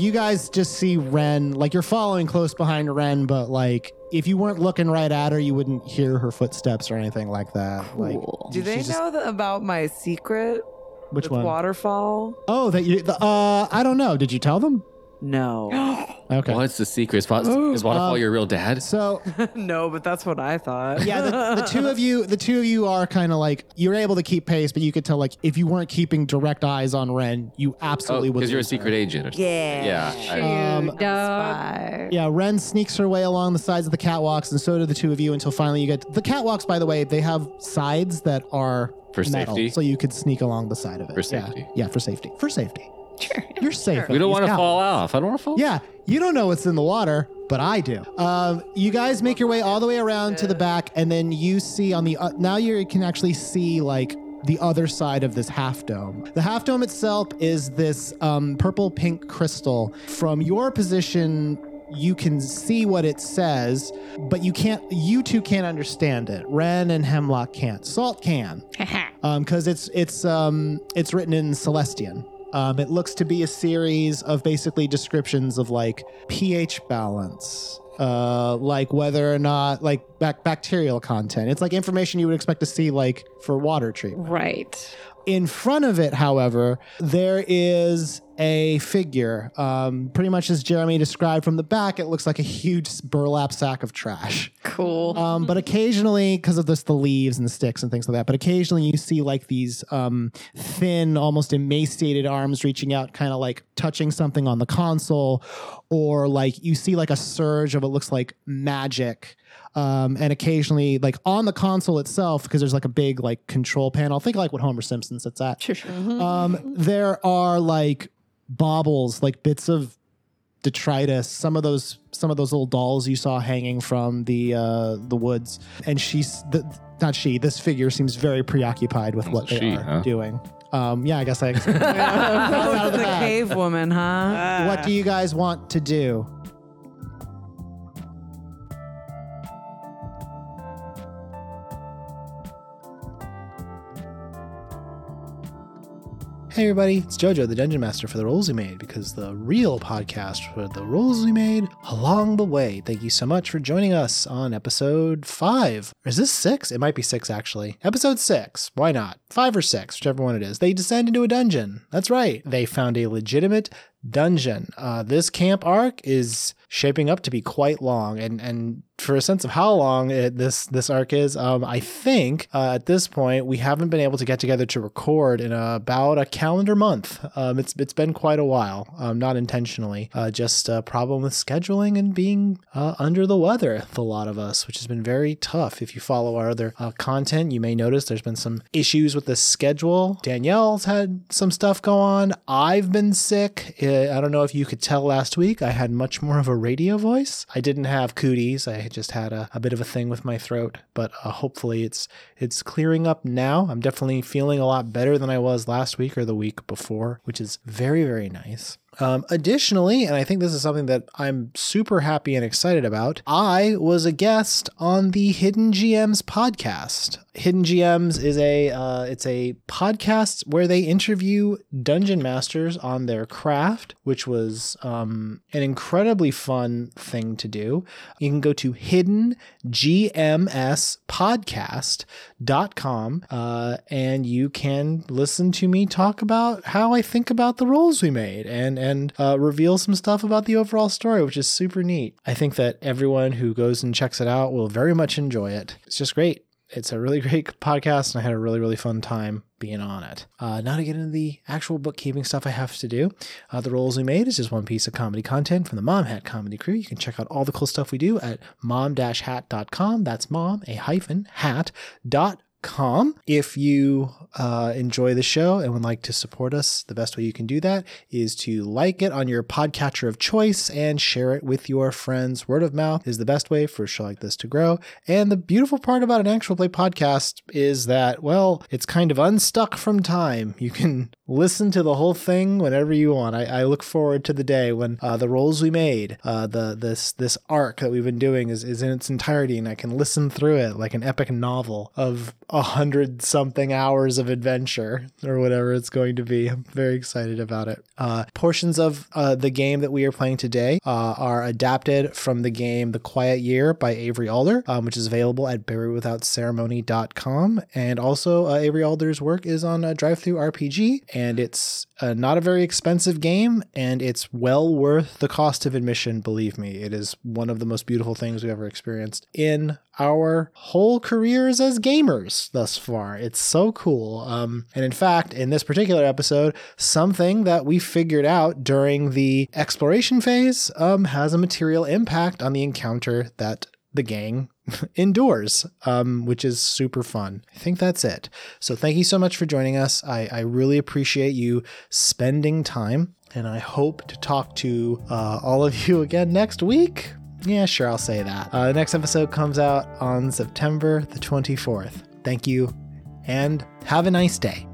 you guys just see Ren, like you're following close behind Ren, but like if you weren't looking right at her, you wouldn't hear her footsteps or anything like that.
Cool.
Like,
Do they
she's just-
know th- about my secret?
which
with
one?
Waterfall?
Oh, that you. The, uh, I don't know. Did you tell them?
No.
Okay.
What's the secret? Is, Wa- is Waterfall your real dad?
So
no, but that's what I thought.
yeah, the, the two of you, the two of you are kind of like you're able to keep pace, but you could tell like if you weren't keeping direct eyes on Ren, you absolutely would.
Because Oh, you're a
lose her.
secret agent. Or something.
Yeah.
Yeah. I-
Um,
Shoot, dog.
Yeah, Ren sneaks her way along the sides of the catwalks, and so do the two of you until finally you get the catwalks. By the way, they have sides that are
For
metal,
safety?
so you could sneak along the side of it.
For
Yeah.
safety.
yeah, for safety, for safety.
Sure.
You're safe.
we don't
These
want to
catwalks.
fall off. I don't want to fall.
Yeah, you don't know what's in the water, but I do. Um, you guys make your way all the way around to the back, and then you see on the uh, now you can actually see like the other side of this half dome. The half dome itself is this um, purple pink crystal. From your position, you can see what it says, but you can't. You two can't understand it. Ren and Hemlock can't. Salt can because it's it's um it's written in Celestian. Um, it looks to be a series of basically descriptions of like pH balance, uh, like whether or not like bac- bacterial content. It's like information you would expect to see like for water treatment.
right.
In front of it, however, there is
a figure. Um, pretty much as Jeremy described from the back, it looks like a huge burlap sack of trash.
Cool.
Um, but occasionally, because of this, the leaves and the sticks and things like that. But occasionally, you see like these um, thin, almost emaciated arms reaching out, kind of like touching something on the console, or like you see like a surge of what looks like magic. Um, and occasionally, like on the console itself, because there's like a big like control panel. Think like what Homer Simpson sits at.
Sure, sure.
Mm-hmm.
Um, there are like baubles, like bits of detritus. Some of those, some of those little dolls you saw hanging from the uh, the woods. And she's the, not she. This figure seems very preoccupied with what they
She,
are
huh?
doing. Um, yeah, I guess I. out
oh,
of the
the
bag.
cave woman, huh?
what do you guys want to do?
Hey everybody, it's Jojo, the Dungeon Master for the Rolls We Made, because the real podcast for the Rolls We Made along the way. Thank you so much for joining us on episode five. Or is this six? It might be six actually. Episode six. Why not? Five or six, whichever one it is. They descend into a dungeon. That's right. They found a legitimate dungeon. Uh, this camp arc is shaping up to be quite long, and and for a sense of how long it, this this arc is, um, I think uh, at this point we haven't been able to get together to record in about a calendar month. Um, it's it's been quite a while, um, not intentionally, uh, just a problem with scheduling and being uh, under the weather, the lot of us, which has been very tough. If you follow our other uh, content, you may notice there's been some issues with the schedule. Danielle's had some stuff go on. I've been sick. Uh, I don't know if you could tell last week. I had much more of a radio voice. I didn't have cooties. I had just had a, a bit of a thing with my throat, but uh, hopefully it's it's clearing up now. I'm definitely feeling a lot better than I was last week or the week before, which is very very nice. Um, additionally, and I think this is something that I'm super happy and excited about, I was a guest on the Hidden GMs podcast. Hidden GMs is a uh, it's a podcast where they interview dungeon masters on their craft, which was um, an incredibly fun thing to do. You can go to Hidden GMS podcast.com uh, and you can listen to me talk about how I think about the roles we made and and uh, reveal some stuff about the overall story, which is super neat. I think that everyone who goes and checks it out will very much enjoy it. It's just great. It's a really great podcast, and I had a really, really fun time being on it. Uh, now to get into the actual bookkeeping stuff I have to do. Uh, the Roles We Made is just one piece of comedy content from the Mom Hat Comedy Crew. You can check out all the cool stuff we do at mom-hat.com. That's mom, a hyphen, hat, dot com. If you uh, enjoy the show and would like to support us, the best way you can do that is to like it on your podcatcher of choice and share it with your friends. Word of mouth is the best way for a show like this to grow. And the beautiful part about an actual play podcast is that, well, it's kind of unstuck from time. You can listen to the whole thing whenever you want. I, I look forward to the day when uh, the roles we made, uh, the this this arc that we've been doing is, is in its entirety, and I can listen through it like an epic novel of a hundred something hours of adventure or whatever it's going to be. I'm very excited about it. Uh, portions of uh, the game that we are playing today uh, are adapted from the game The Quiet Year by Avery Alder, um, which is available at berrywithoutceremony.com. And also, uh, Avery Alder's work is on uh, Drive Through RPG, and it's uh, not a very expensive game, and it's well worth the cost of admission, believe me. It is one of the most beautiful things we've ever experienced in our whole careers as gamers thus far. It's so cool. Um, and in fact, in this particular episode, something that we figured out during the exploration phase um, has a material impact on the encounter that the gang endures, um, which is super fun. I think that's it. So thank you so much for joining us. I, I really appreciate you spending time. And I hope to talk to uh, all of you again next week. Yeah, sure, I'll say that. Uh, the next episode comes out on September the 24th. Thank you, and have a nice day.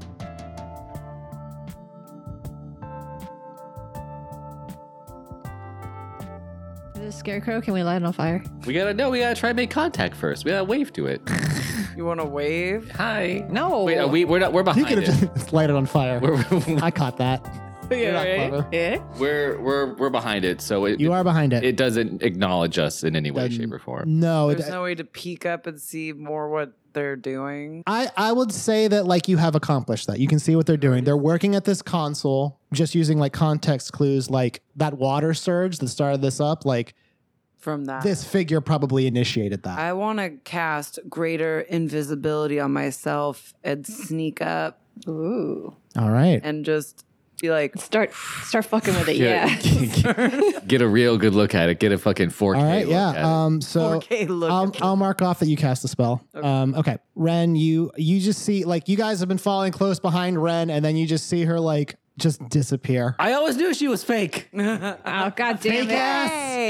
The scarecrow, can we light it on fire?
We gotta know. We gotta try and make contact first. We gotta wave to it.
You want to wave?
Hi.
No.
Wait, oh. are we we're not. We're
You
behind
could
it.
have just lighted on fire.
we're,
I caught that. You're not clever.
Eh?
we're we're we're behind it. So it
You are behind it.
it doesn't acknowledge us in any way,
Doesn't-
shape, or form.
no, it,
There's no way to peek up and see more what they're doing.
I, I would say that like you have accomplished that. You can see what they're doing. They're working at this console, just using like context clues, like that water surge that started this up. Like
From that,
this figure probably initiated that.
I want to cast greater invisibility on myself and sneak up
Ooh.
All right.
and just be like,
Start start fucking with it. Yeah.
Get, get a real good look at it. Get a fucking 4K.
All right.
look at it.
Yeah. Um. So
4K look.
I'll, I'll mark off that you cast the spell. Um, okay, Ren, you you just see like you guys have been following close behind Ren, and then you just see her like just disappear.
I always knew she was fake. I
oh god damn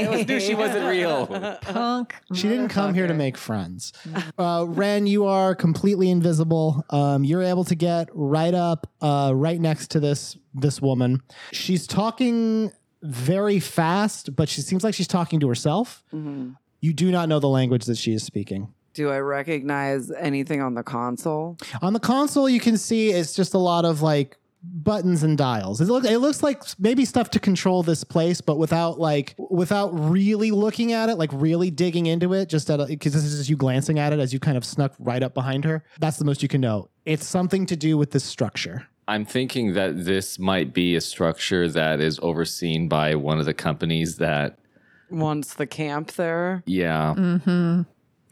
it.
always knew she wasn't real.
Punk.
She didn't come here to make friends. Uh, Ren, you are completely invisible. Um, you're able to get right up, uh, right next to this this woman. She's talking very fast, but she seems like she's talking to herself.
Mhm.
You do not know the language that she is speaking.
Do I recognize anything on the console?
On the console, you can see it's just a lot of like buttons and dials. It looks it looks like maybe stuff to control this place, but without like without really looking at it, like really digging into it. Just at because this is just you glancing at it as you kind of snuck right up behind her. That's the most you can know. It's something to do with this structure.
I'm thinking that this might be a structure that is overseen by one of the companies that,
Once the camp there,
yeah.
Mm-hmm.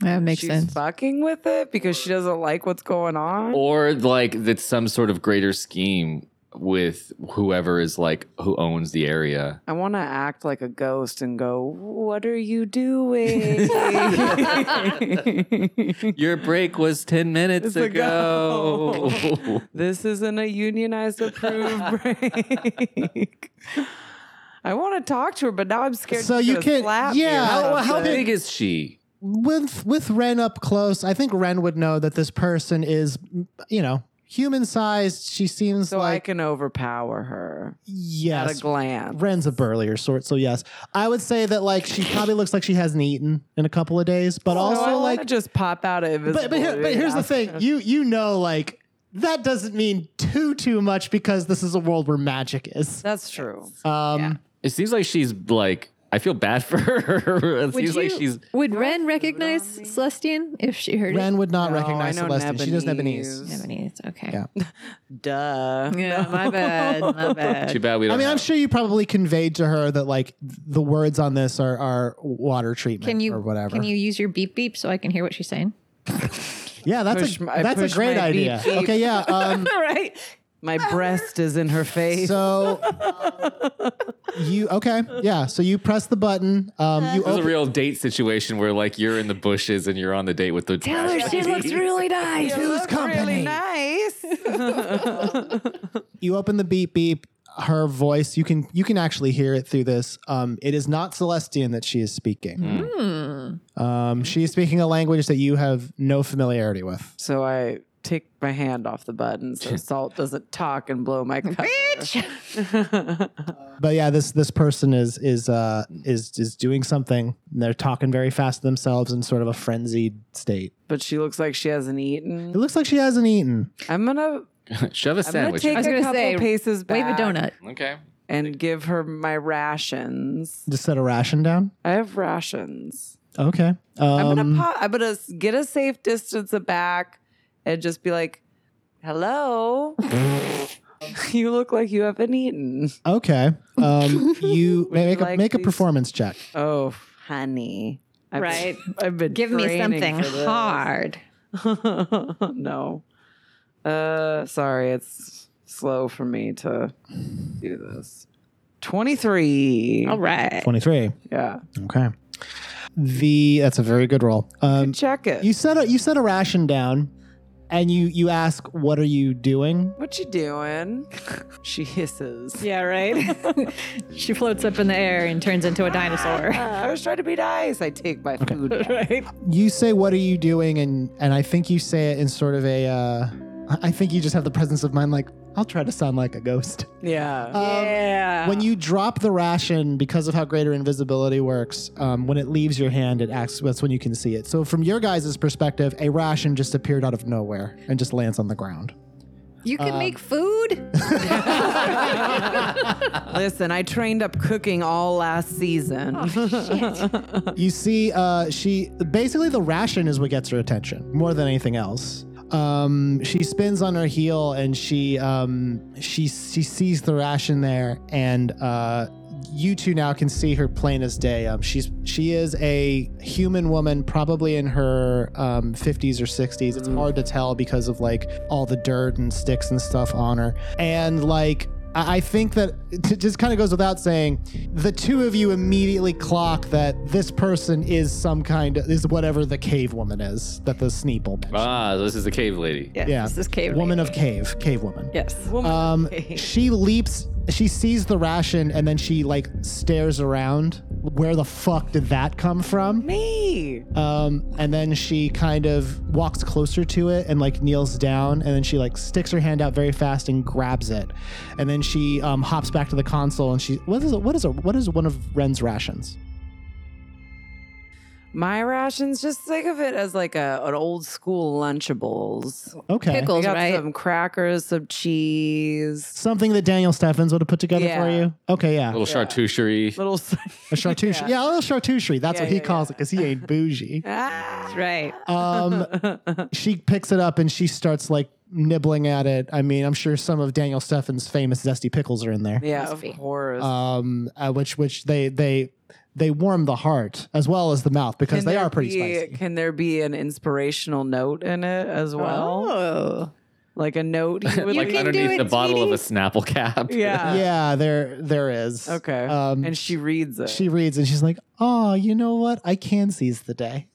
That makes
she's
sense.
fucking with it because she doesn't like what's going on.
Or like that's some sort of greater scheme with whoever is like who owns the area.
I want to act like a ghost and go, What are you doing?
Your break was 10 minutes
It's
ago.
ago. this isn't a unionized approved break. I want to talk to her, but now I'm scared.
So
she's
you
gonna
can-
slap me or
yeah.
how,
Well,
how
something.
big is she?
With with Ren up close, I think Ren would know that this person is, you know, human sized. She seems
So I
like
can overpower her at a
yes.
glance.
Ren's a burlier sort, so yes. I would say that like she probably looks like she hasn't eaten in a couple of days, but
So Oh, I
also
wanna
like
just pop out of
but but, here, but here's the thing. You you know like that doesn't mean too too much because this is a world where magic is.
That's true.
Um
It seems like she's like, I feel bad for her. it
Would,
seems like
you-
she's.
would Ren recognize Celestian if she heard
Ren would not
No,
recognize
I know
Celestine. She does
it?
Lebanese.
Japanese. Okay.
Yeah.
Duh.
Yeah,
No.
my bad. My
Too
bad.
bad we don't.
I mean, I'm
have-
sure you probably conveyed to her that like the words on this are are water treatment
Can you
or whatever.
can you use your beep beep so I can hear what she's saying?
yeah, that's
Push
a
my-
that's a
push
great
my beep
idea.
beep.
Okay, yeah. Um
All right.
My breast is in her face.
So you okay? Yeah. So you press the button. Um, you
This is a
open,
real date situation where like you're in the bushes and you're on the date with the
Tell her she looks really nice.
Who's
Look
company?
really nice.
you open the beep beep. Her voice. You can you can actually hear it through this. Um, it is not Celestian that she is speaking. Um, she is speaking a language that you have no familiarity with.
so I take my hand off the button so Salt doesn't talk and blow my cover.
Bitch.
But yeah, this this person is is uh is is doing something. They're talking very fast to themselves in sort of a frenzied state.
But she looks like she hasn't
It
eaten.
looks like she hasn't eaten.
I'm gonna
Shove a
I'm gonna
sandwich.
take
I was
a
gonna
couple
say,
paces back
Wave a donut.
okay.
and give her my rations.
Just set a ration down.
I have rations.
Okay. Um,
I'm gonna pop, I'm gonna s- get a safe distance back and just be like, "Hello, you look like you haven't eaten."
Okay. Um, you
you
make, a,
like
make a
these-
performance check.
Oh, honey. I've-
Right.
I've been
Give me
training
something
for this.
hard.
no. Uh sorry, it's slow for me to do this. 23.
All right.
23.
Yeah.
Okay. The that's a very good roll. Um,
Check it.
you set a you set a ration down, and you you ask, "What are you doing?"
what you doing? she hisses.
Yeah, right. she floats up in the air and turns into a dinosaur.
I was trying to be nice. I take my food. back.
You say, "What are you doing?" and and I think you say it in sort of a. Uh, I- I think you just have the presence of mind. Like I'll try to sound like a ghost.
Yeah.
Um,
yeah.
When you drop the ration, because of how greater invisibility works, um, when it leaves your hand, it acts. That's when you can see it. So, from your guys' perspective, a ration just appeared out of nowhere and just lands on the ground.
You can make food?
Listen, I trained up cooking all last season.
You see, uh, she basically the ration is what gets her attention more than anything else. Um, she spins on her heel and she um, she she sees the ration there, and uh, you two now can see her plain as day. Um, she's she is a human woman, probably in her um, 50s or 60s. It's hard to tell because of like all the dirt and sticks and stuff on her, and like I I think that it just kind of goes without saying. The two of you immediately clock that this person is some kind of is whatever the cave woman is that the Sneeple mentioned.
Ah, this is the cave lady.
Yes,
Yeah.
This is cave.
woman
lady.
of cave, cave woman.
Yes.
Um, she leaps. She sees the ration and then she like stares around. Where the fuck did that come from?
Me.
Um, and then she kind of walks closer to it and like kneels down, and then she like sticks her hand out very fast and grabs it, and then she um, hops back to the console and she what is it? What is it? What is one of Ren's rations?
My rations, just think of it as like a, an old school Lunchables.
Okay,
Pickles,
I got
right?
some crackers, some cheese,
something that Daniel Steffens would have put together for
Yeah.
you. Okay, yeah,
A little charcuterie.
little.
a chartouche. Yeah. a little chartouche. That's
Yeah,
what he
yeah,
calls it because he ain't bougie.
Ah.
That's right.
Um, she picks it up and she starts like nibbling at it. I mean, I'm sure some of Daniel Steffen's famous zesty pickles are in there.
yeah,
Must
of
be.
course.
Um, uh, which which they they they warm the heart as well as the mouth because
Can
they
there
are pretty
be-
spicy.
Can there be an inspirational note in it as well?
oh.
Like a note you would
You
like
can do
underneath
it,
the bottle of a
sweetie.
Snapple cap.
Yeah.
yeah, there there is.
Okay.
Um,
and she reads it.
she reads and she's like, "Oh, you know what? I can seize the day."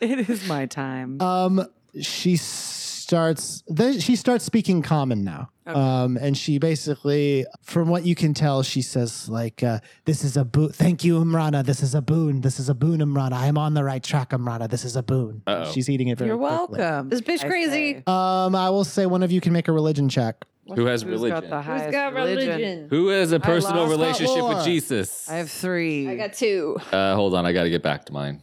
it is my time.
Um, she starts. Then she starts speaking common now. Um, and she basically, from what you can tell, she says like, uh, "This is a boon. Thank you, Imrana. This is a boon. This is a boon, Imrana. I am on the right track, Imrana. This is a boon."
Uh-oh.
She's eating it very.
You're
quickly.
welcome.
This bitch
I
crazy.
say.
Um, I will say one of you can make a religion check.
Who has
Who's
religion?
got the highest
Who's got
religion?
religion?
Who has a personal
lost that
relationship
war.
with Jesus?
I have three.
I got two.
uh, hold on, I got to get back to mine.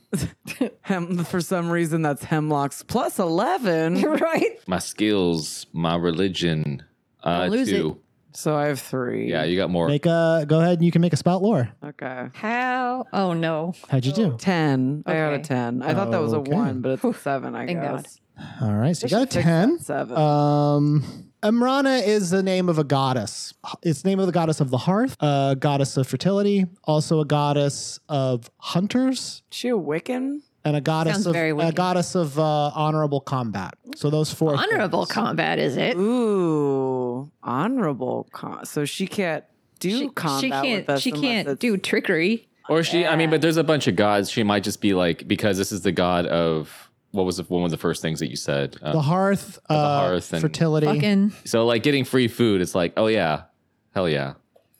Hem, for some reason, that's hemlocks plus 11.
right?
My skills, my religion. Uh,
Don't lose
two.
so I have three.
Yeah, you got more.
Make a go ahead and you can make a spout lore.
Okay.
How? Oh, no.
How'd you do?
10. I got a
Okay.
10. I thought that was a
Okay.
1, but it's a 7, I
Thank God.
guess.
All right, so you got a
Fix
ten.
that 7.
Um, Amrana is the name of a goddess. It's the name of the goddess of the hearth, a goddess of fertility, also a goddess of hunters,
she a Wiccan?
and a goddess
Sounds
of
very
a
wicked.
goddess of uh, honorable combat. So those four
Honorable
things.
combat, is it?
Ooh, honorable con. So she can't do
She,
combat.
she
with
can't.
us
She
unless
can't
it's-
do trickery.
Or she, I mean, but there's a bunch of gods. She might just be like, because this is the god of what was the, one of the first things that you said. Uh,
The hearth, uh,
hearth and-
fertility.
Fucking.
so, like, getting free food, it's like, oh yeah, hell yeah.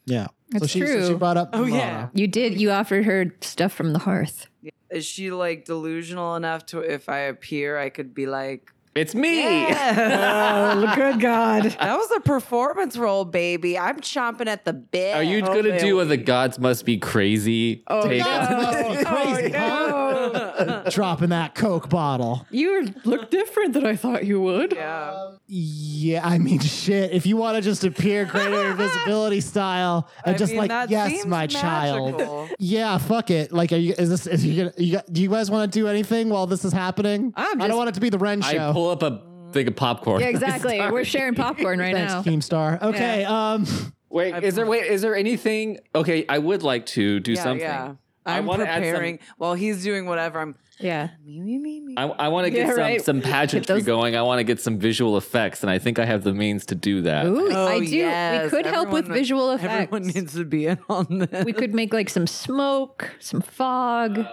yeah, so
That's
she, so she
true.
brought up.
Oh,
Amrana.
yeah.
You did. You offered her stuff from the hearth.
Is she like delusional enough to if I appear, I could be like,
It's me.
oh, good God. That was a performance role, baby. I'm chomping at the bit.
Are you gonna do what the gods must be crazy? Oh, take
That's crazy, huh? Dropping that Coke bottle.
You look different than I thought you would.
Yeah.
Yeah, I mean, shit. If you want to just appear greater invisibility style and
I
just
mean,
like,
that
yes,
seems
my
magical.
child. Yeah, fuck it. Like, are you? Is this? Is you gonna? You got, do you guys want to do anything while this is happening?
I'm
I don't
just-
want it to be the Ren
I
show.
pull up a thing of popcorn.
Yeah, exactly. We're sharing popcorn right
Thanks,
now.
Keemstar. Okay. Um.
Wait, is there wait is there anything? Okay, I would like to do
yeah,
something.
yeah.
I
I'm
wanna add some-
preparing while he's doing whatever. I'm
Yeah.
me, me, me, me.
I, I want to get
Yeah,
some,
right.
some pageantry
those-
going. I want to get some visual effects, and I think I have the means to do that.
Ooh,
Oh,
I do.
yes.
We could help with
Everyone-
visual
Everyone
effects.
needs to be in on this.
we could make like some smoke, some fog.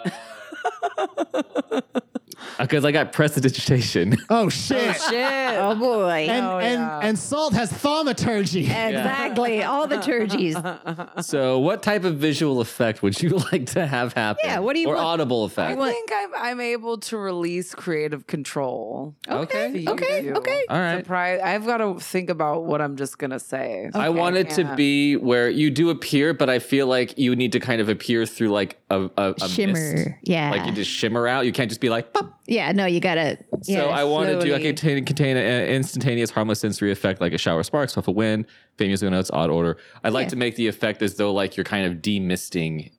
Because Uh, I got prestidigitation.
Oh shit.
Shit.
oh boy.
And
Oh,
and
yeah.
and Salt has thaumaturgy.
exactly. All the turgies.
so, what type of visual effect would you like to have happen?
Yeah, what do you
Or
want?
audible effect?
I think I'm, I'm able to release creative control.
Okay.
for you
Okay,
two.
okay.
All right.
Surprise! I've got to think about what I'm just gonna say.
I want it
yeah.
to be where you do appear, but I feel like you need to kind of appear through like a, a, a mist.
Shimmer. Yeah.
Like you just shimmer out. You can't just be like, pop.
Yeah, no, you gotta.
so
yeah,
I wanted to I
slowly.
could contain, contain an instantaneous harmless sensory effect like a shower spark, puff a wind, famous notes, odd order. I'd like
Yeah.
to make the effect as though like you're kind of demisting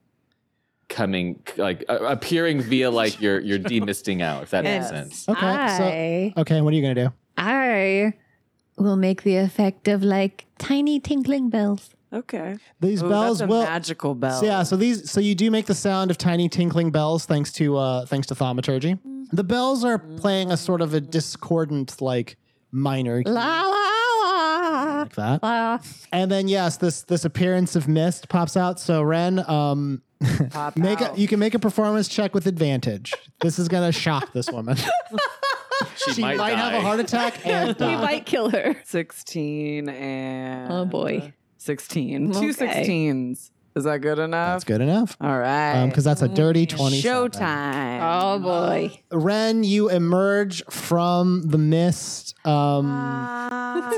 coming like uh, appearing via like you're you're demisting out if that makes
Yes.
sense.
Okay,
I-
so okay, what are you gonna do?
I will make the effect of like tiny tinkling bells.
Okay.
These
Ooh,
bells
that's a
will.
magical bell.
So yeah, so these so you do make the sound of tiny tinkling bells thanks to uh thanks to thaumaturgy. The bells are playing a sort of a discordant like minor key
La la la.
like that.
la.
And then yes, this this appearance of mist pops out. So Ren, um
Pop
make a,
out.
you can make a performance check with advantage. this is going to shock this woman.
She,
she might, have a
die.
heart attack and
We
die.
might kill her.
16 and.
Oh, boy.
16. Two
Okay.
16s. Is that good enough?
That's good enough.
All right.
Um, cuz that's a dirty 20.
Showtime.
Oh boy.
Ren, you emerge from the mist um You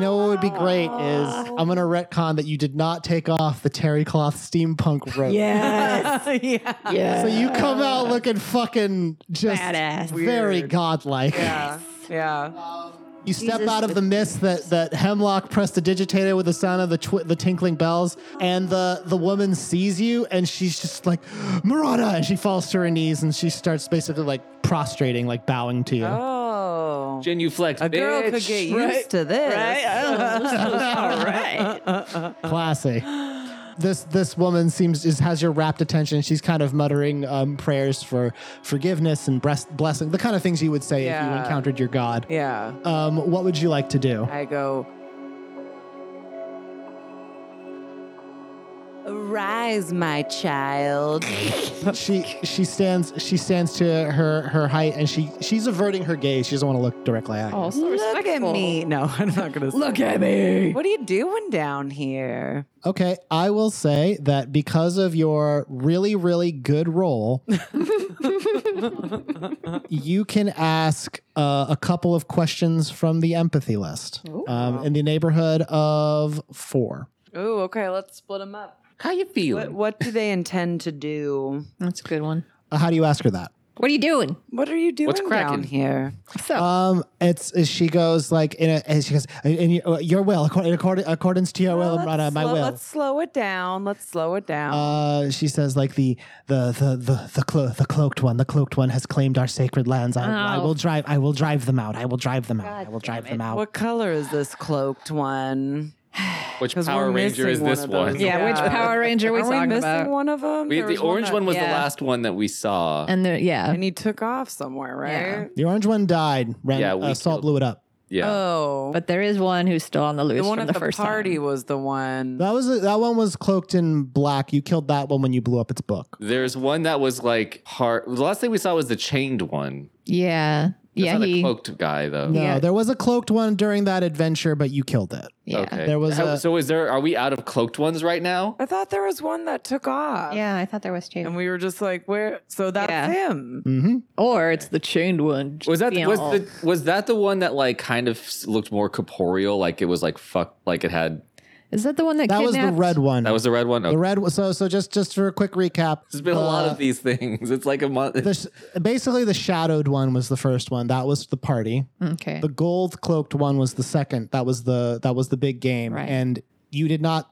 know what would be great is
Ah.
I'm gonna retcon that you did not take off the terry cloth steampunk robe.
Yes. yeah.
Yeah.
So you come out looking fucking just
Badass.
very
Weird.
godlike.
Yeah. Yeah.
You step
Jesus.
out of the mist that that hemlock pressed the digitator with the sound of the twi- the tinkling bells, and the the woman sees you and she's just like, Murata, and she falls to her knees and she starts basically like prostrating, like bowing to you.
Oh.
Genuflect.
A girl could
bitch.
get used to this.
All right.
Classy. This this woman seems is has your rapt attention. She's kind of muttering um, prayers for forgiveness and breast blessing, the kind of things you would say if you
Yeah.
encountered your god.
Yeah.
Um, what would you like to do?
I go. Arise, my child.
she she stands she stands to her her height and she she's averting her gaze. She doesn't want to look directly at you.
Also
Look at
respectful.
me. No, I'm not gonna. Look.
Look at me.
What are you doing down here?
Okay, I will say that because of your really really good role, you can ask uh, a couple of questions from the empathy list um, in the neighborhood of four.
Oh, okay. Let's split them up.
How you
What
feeling?
What do they intend to do?
That's a good one.
Uh, how do you ask her that?
What are you doing?
What are you doing
What's
down
cracking?
here?
So
Um, it's uh, she goes like in a, and she goes "Uh, in your, your will accord, in accord, accordance to your will,
Let's
and uh, my
slow-
will.
Let's slow it down. Let's slow it down.
Uh, she says, like the the the the the, clo- the cloaked one, the cloaked one has claimed our sacred lands. I, I
Ow.
will drive. I will drive them out. I will drive them out. I will drive them out.
what color is this cloaked one?
Which
'Cause
Power
we're
Ranger is
missing
this
of
one?
those.
Yeah, which Power Ranger we
are we
talking
missing
about?
one of them?
We,
There
the
was
orange
that-
one was the
yeah.
last one that we saw.
and there, yeah.
And he took off somewhere, right?
The orange one died. Ran,
Yeah,
yeah,
we
uh, salt
killed-
blew it up.
yeah.
Oh,
But there is one who's still on the loose
the one
from
at
the,
the,
first
party
time.
was the one.
That was that one was cloaked in black. You killed that one when you blew up its book.
There's one that was like part. The last thing we saw was the chained one.
Yeah,
That's
yeah,
not a
he.
cloaked guy though.
No,
Yeah.
there was a cloaked one during that adventure, but you killed it.
Yeah,
Okay.
There was
How-
a-
so is there? Are we out of cloaked ones right now?
I thought there was one that took off.
yeah. I thought there was two.
And we were just like, where? So that's
Yeah.
him.
hmm
or it's the chained one.
Was that
Being
was
all-
the was that the one that like kind of s- looked more corporeal? Like it was like fuck. Like it had.
Is that the one that
That was the
kidnapped?
red one.
That was the red one. Okay.
the red. one- So so just just for a quick recap,
There's been a lot
uh,
of these things. It's like a month.
the sh- basically, the shadowed one was the first one. That was the party.
Okay.
The gold cloaked one was the second. That was the that was the big game,
Right.
and you did not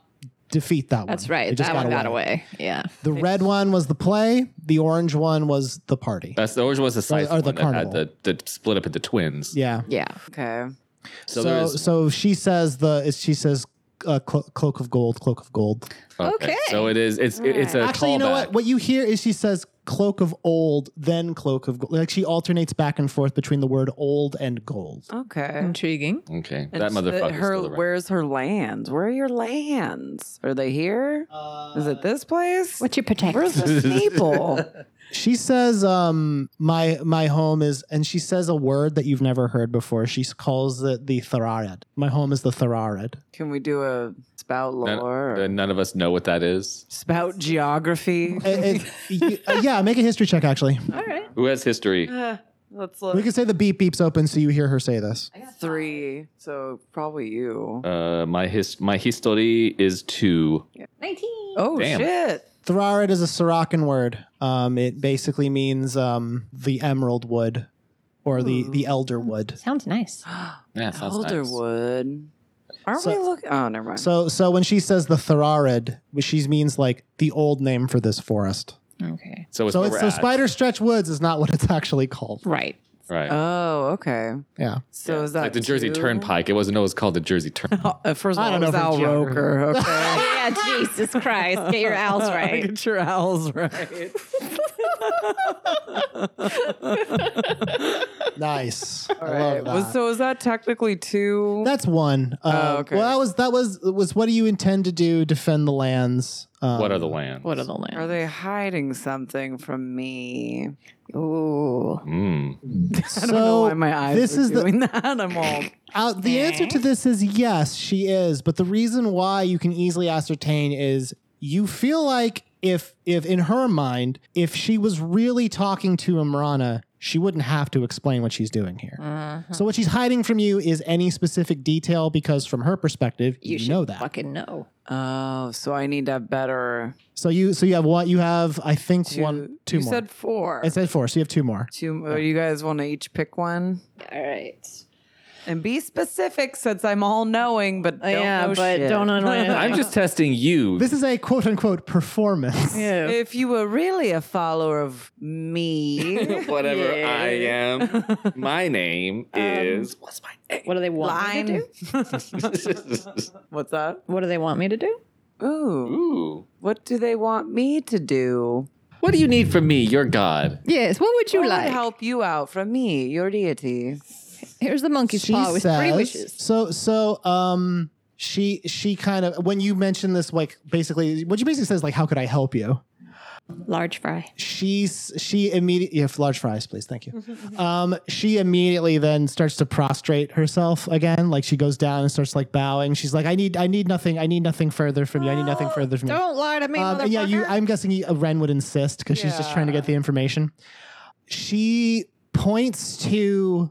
defeat that one.
That's
It
right.
just
That one got away. Yeah.
The red one was the play. The orange one was the party.
That's the orange was the scythe
or
one
the
that had
carnival.
the, the split up into twins.
yeah.
Yeah.
Okay.
So
So, there's
so she says the she says uh, clo- cloak of gold, cloak of gold.
okay.
Okay.
So it is. It's it, it's a
Actually, you know
callback.
what? What you hear is she says cloak of old, then cloak of gold. Like she alternates back and forth between the word old and gold. Mm.
Okay.
Intriguing.
Okay.
And
that
so
motherfucker.
uh, Her,
still around.
where's her lands? Where are your lands? Are they here? Is
Uh,
it this place?
What's your protect?
Where's the staple?
She says, um, my my home is, and she says a word that you've never heard before. She s- calls it the Tharared. My home is the Tharared.
Can we do a spout
None,
lore?
uh, none of us know what that is.
spout geography?
It- it- you- uh, yeah, make a history check. Actually,
All right.
Who has history?
Uh, Let's
we
look.
can say the beep beeps open so you hear her say this.
Three. So probably you.
Uh, my his my history is two.
oh
damn.
shit!
Tharared is a Sorokan word. Um, it basically means um, the emerald wood or the, the
Hmm.
elder wood.
Sounds nice.
Yeah, sounds nice.
Elderwood. Aren't
So-
we looking? Oh, never mind.
So, so when she says the Therarid, she means like the old name for this forest.
Okay.
So it's
so
the
it's so
rat.
spider stretch woods is not what it's actually called.
Right.
Right.
oh, okay.
Yeah.
So is that
like the Jersey
two?
Turnpike. It wasn't know it was called the Jersey Turnpike.
Oh, uh, first of
I
all,
don't
it was
know
Al
from geography.
Roker. Okay.
Yeah, Jesus Christ. Get your owls right.
Get your owls right.
Nice. I
All
love
right.
that.
Well, so is that technically two?
That's one. Um,
Oh, okay.
Well, that was that was was what do you intend to do? Defend the lands. Um,
what are the lands?
What are the lands?
Are they hiding something from me?
Ooh.
Mm.
So
I don't know why my eyes
this
are
is the
doing that. I'm all
Uh, the answer to this is yes, she is. But the reason why you can easily ascertain is you feel like if if in her mind, if she was really talking to Imrana, she wouldn't have to explain what she's doing here. So what she's hiding from you is any specific detail because from her perspective, you,
should
know that.
Fucking know.
Oh, so I need to better
So you so you have what you have. I think
two.
one two
you
more.
said four.
I said four. So you have two more.
two. oh, you guys want to each pick one
All right.
and be specific, since I'm all knowing, but don't
Oh, yeah,
know
but
shit.
don't annoy
I'm just testing you.
This is a quote unquote performance.
Yeah.
If you were really a follower of me,
Whatever I am, my name is. What's my
What do they want me to
line.
do?
What's that?
What do they want me to do?
Ooh,
Ooh.
what do they want me to do?
What do you need from me? Your God.
Yes. What would you
What
like?
would help you out from me, your deity?
Here's the monkey's paw with three wishes.
So so um she she kind of when you mention this like basically what she basically says like how could I help you?
Large fry.
She's she immediately if large fries please thank you. um she immediately then starts to prostrate herself again like she goes down and starts like bowing. She's like I need I need nothing I need nothing further from you. I need nothing further from you.
Don't lie to me,
Um, and yeah, you. I'm guessing you- uh, Ren would insist because she's just trying to get the information. She points to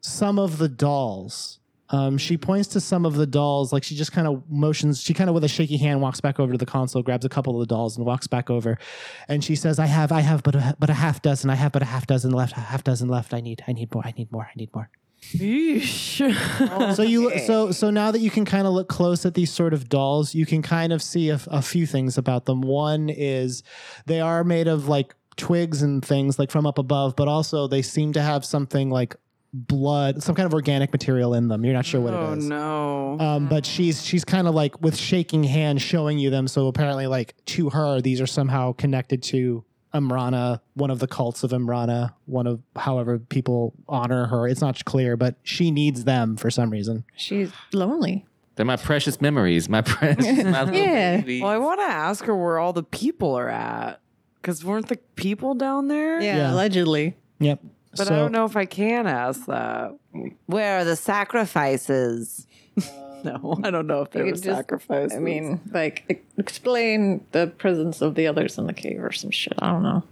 some of the dolls. Um, she points to some of the dolls. Like she just kind of motions. She kind of with a shaky hand walks back over to the console, grabs a couple of the dolls, and walks back over. And she says, "I have, I have, but a, but a half dozen. I have, but a half dozen left. A half dozen left. I need, I need more. I need more. I need more."
Oh.
so you so so now that you can kind of look close at these sort of dolls you can kind of see a, f- a few things about them one is they are made of like twigs and things like from up above but also they seem to have something like blood some kind of organic material in them you're not sure what
Oh
it is
no.
um, but she's she's kind of like with shaking hand showing you them so apparently like to her these are somehow connected to Amrana, one of the cults of Amrana, one of however people honor her. It's not clear, but she needs them for some reason.
She's lonely.
They're my precious memories. My precious. my little
Yeah.
babies.
Well, I want to ask her where all the people are at. Because weren't the people down there?
Yeah.
allegedly.
Yep.
But I don't know if I can ask that. Where are the sacrifices? no, I don't know if there
could
were
just-
sacrifices.
I mean, like, e- explain the presence of the others in the cave or some shit. I don't know.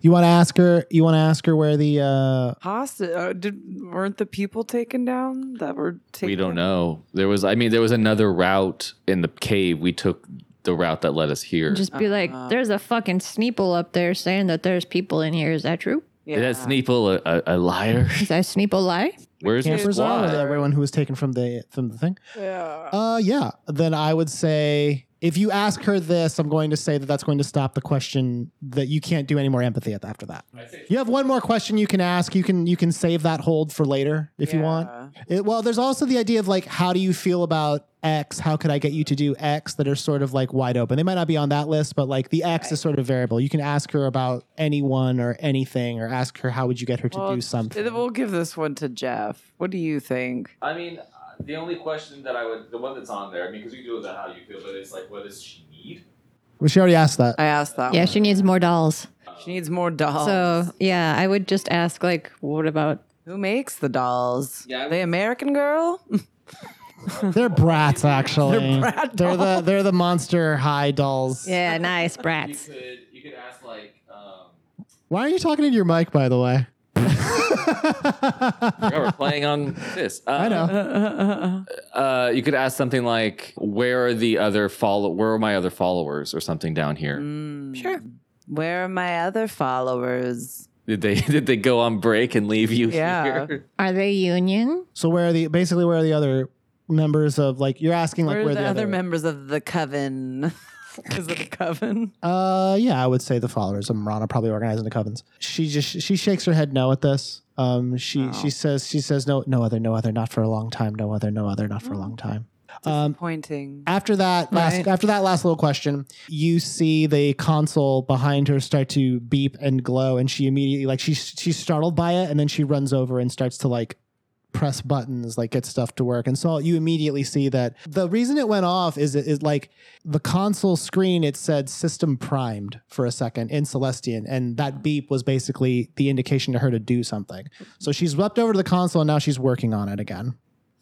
You want to ask her. You want to ask her where the. uh
Hostage, uh, did, weren't the people taken down that were taken?
We don't know. There was. I mean, there was another route in the cave. We took the route that led us here.
Just be like, there's a fucking Sneeple up there saying that there's people in here. Is that true?
Yeah.
Is that Sneeple a, a, a liar?
Is that Sneeple lie?
Where's your
Campers are with
squad?
everyone who was taken from the from the thing.
Yeah.
Uh, yeah. Then I would say if you ask her this, I'm going to say that that's going to stop the question that you can't do any more empathy at- after that. You have one more question you can ask. You can you can save that hold for later if you want. It, well, there's also the idea of like, how do you feel about X? How could I get you to do X? That are sort of like wide open. They might not be on that list, but like the X is sort of variable. You can ask her about anyone or anything, or ask her how would you get her to
Well,
do something.
th- We'll give this one to Jeff. What do you think?
I mean, uh, the only question that I would, the one that's on there, I mean, because we do the how you feel, but it's like, what does she need?
Well, she already asked that.
I asked that
Yeah,
one.
she needs more dolls.
She needs more dolls.
So, yeah, I would just ask, like, what about.
Who makes the dolls?
Yeah, I
the American girl?
They're brats, actually. They're,
brat
the they're the monster high dolls.
Yeah, nice brats.
could, you could ask like, um,
Why are you talking into your mic, by the way?
we're playing on this. Uh,
I know.
Uh, you could ask something
Mm.
like, where are the other follow, where are my other followers or something down here?
Sure.
Where are my other followers?
Did they did they go on break and leave you
Yeah.
here?
Are they union?
So where are the basically where are the other members of like you're asking like
Where
where,
are the, other
members?
members of the coven? Is it a coven?
Uh, yeah, I would say the followers of Marana probably organizing the covens. She just she shakes her head no at this. Um, she she says she says no no other no other not for a long time no other no other not for a long time. Um,
Pointing.
after that last
Right.
after that last little question, you see the console behind her start to beep and glow, and she immediately like she's she's startled by it, and then she runs over and starts to like press buttons, like get stuff to work. And so you immediately see that the reason it went off is it is like the console screen it said system primed for a second in Celestian, and that beep was basically the indication to her to do something. So she's leapt over to the console and now she's working on it again.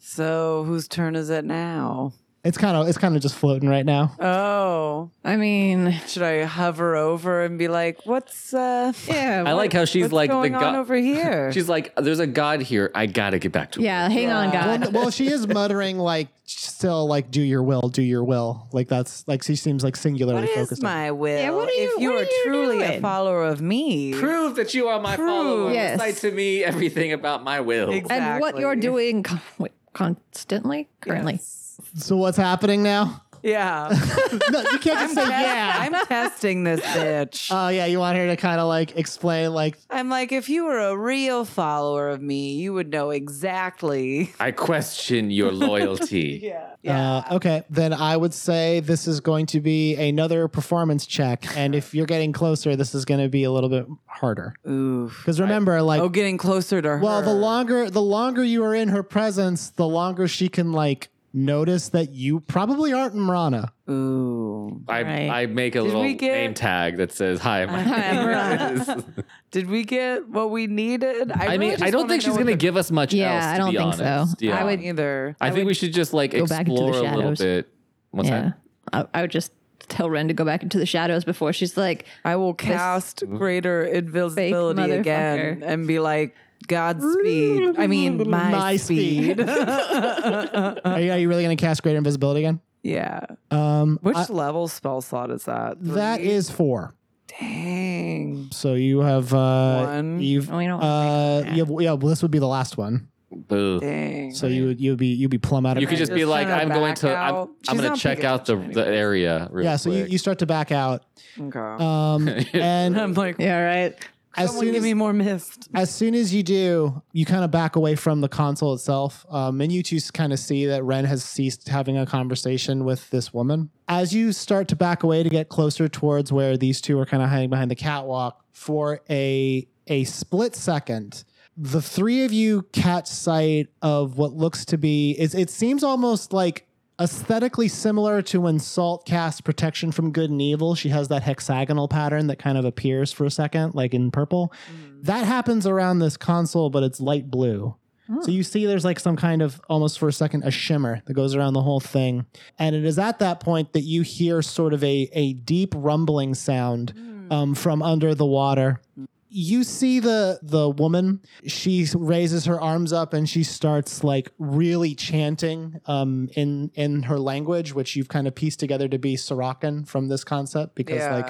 So whose turn is it now?
It's kind of it's kind of just floating right now.
Oh,
I mean,
should I hover over and be like, "What's uh,
yeah.
I like how she's
what's
like
going
the
on
god.
over here?"
she's like, there's a god here. I gotta get back to.
Yeah, hang
Well,
on, God.
th- well, she is muttering like still like do your will, do your will. Like that's like she seems like singularly
what is
focused. on
my will?
Yeah, what are you-
if you
what
are,
are you
truly a
doing?
follower of me,
Prove that you are my
Prove.
follower.
Yes.
Recite to me everything about my will.
Ex-
And what you're
Exactly.
doing con- wait, constantly, currently.
Yes.
So what's happening now?
yeah.
no, you can't just say yeah.
I'm testing this bitch.
Oh yeah, you want her to kind of like explain like
I'm like, if you were a real follower of me, you would know exactly.
I question your loyalty.
Yeah.
Uh, okay, then I would say this is going to be another performance check, and if you're getting closer, this is going to be a little bit harder.
Oof.
Because remember, like,
Oh, getting closer to her.
well, the longer the longer you are in her presence, the longer she can like notice that you probably aren't Mrana.
Ooh.
I,
Right. Uh,
I make a
Did
little
we get-
name tag that says hi. My
Hi,
name
I'm
is-"
Did we get what we needed?
I,
really
mean,
just
I don't
wanna
think she's
know what
gonna
the-
give us much
Yeah,
else.
I
to
don't
be
think so.
honest.
I
Yeah.
would-
either.
I, think we should just like
back into the
explore a little
shadows.
bit. What's
yeah.
that?
I, I would just tell Ren to go back into the shadows before she's like,
I will cast greater invisibility
motherfucker.
again and be like, Godspeed. I mean, my,
My
speed.
speed. Are you, are you really going to cast Greater Invisibility again?
yeah.
Um,
Which
I-
level spell slot is that?
that
Three?
is four.
Dang.
So you have uh,
One.
You've
Oh, we don't
uh, you have, yeah. Well, this would be the last one.
Boo.
Dang.
So you would you would be you'd be plumb out of.
You could
range.
just be
Just
like,
kinda
I'm going
back
to, I'm,
out.
I'm
She's
going
not
to check
paying
out the, the area. Real
yeah. So you,
quick.
you start to back out.
okay.
Um, and
I'm like,
yeah, right.
as
someone
soon as
give me more mist.
as soon as you do, you kind of back away from the console itself, um, and you two kind of see that Ren has ceased having a conversation with this woman. As you start to back away to get closer towards where these two are kind of hiding behind the catwalk, for a a split second, the three of you catch sight of what looks to be is it seems almost like aesthetically similar to when salt casts protection from good and evil she has that hexagonal pattern that kind of appears for a second like in purple Mm-hmm. that happens around this console but it's light blue so you see there's like some kind of almost for a second a shimmer that goes around the whole thing and it is at that point that you hear sort of a, a deep rumbling sound um, from under the water you see the the woman she raises her arms up and she starts like really chanting um in in her language which you've kind of pieced together to be Sorokin from this concept because like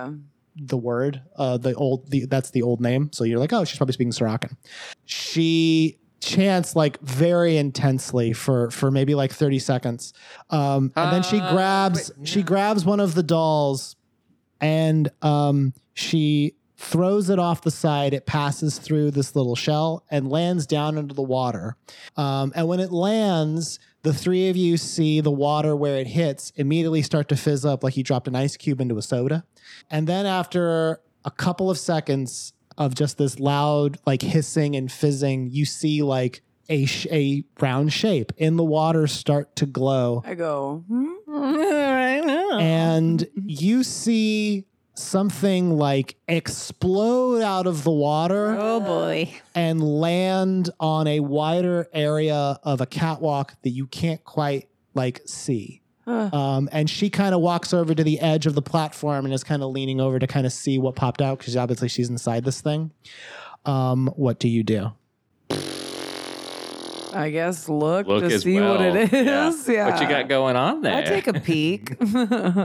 the word uh the old the, that's the old name so you're like oh she's probably speaking Sorokin she chants like very intensely for for maybe like 30 seconds um and then she
Uh,
grabs
wait,
she
yeah.
grabs one of the dolls and um, she throws it off the side. It passes through this little shell and lands down into the water. Um, and when it lands, the three of you see the water where it hits immediately start to fizz up like you dropped an ice cube into a soda. And then after a couple of seconds of just this loud, like hissing and fizzing, you see like a, sh- a round shape in the water start to glow
I go, hmm?
All right. no.
and you see something like explode out of the water
oh boy.
and land on a wider area of a catwalk that you can't quite like see.
Huh.
Um, and she kind of walks over to the edge of the platform and is kind of leaning over to kind of see what popped out because obviously she's inside this thing. Um, what do you do?
I guess look,
Look
to
as
see
well.
what it is. Yeah.
What you got going on there?
I'll take a peek.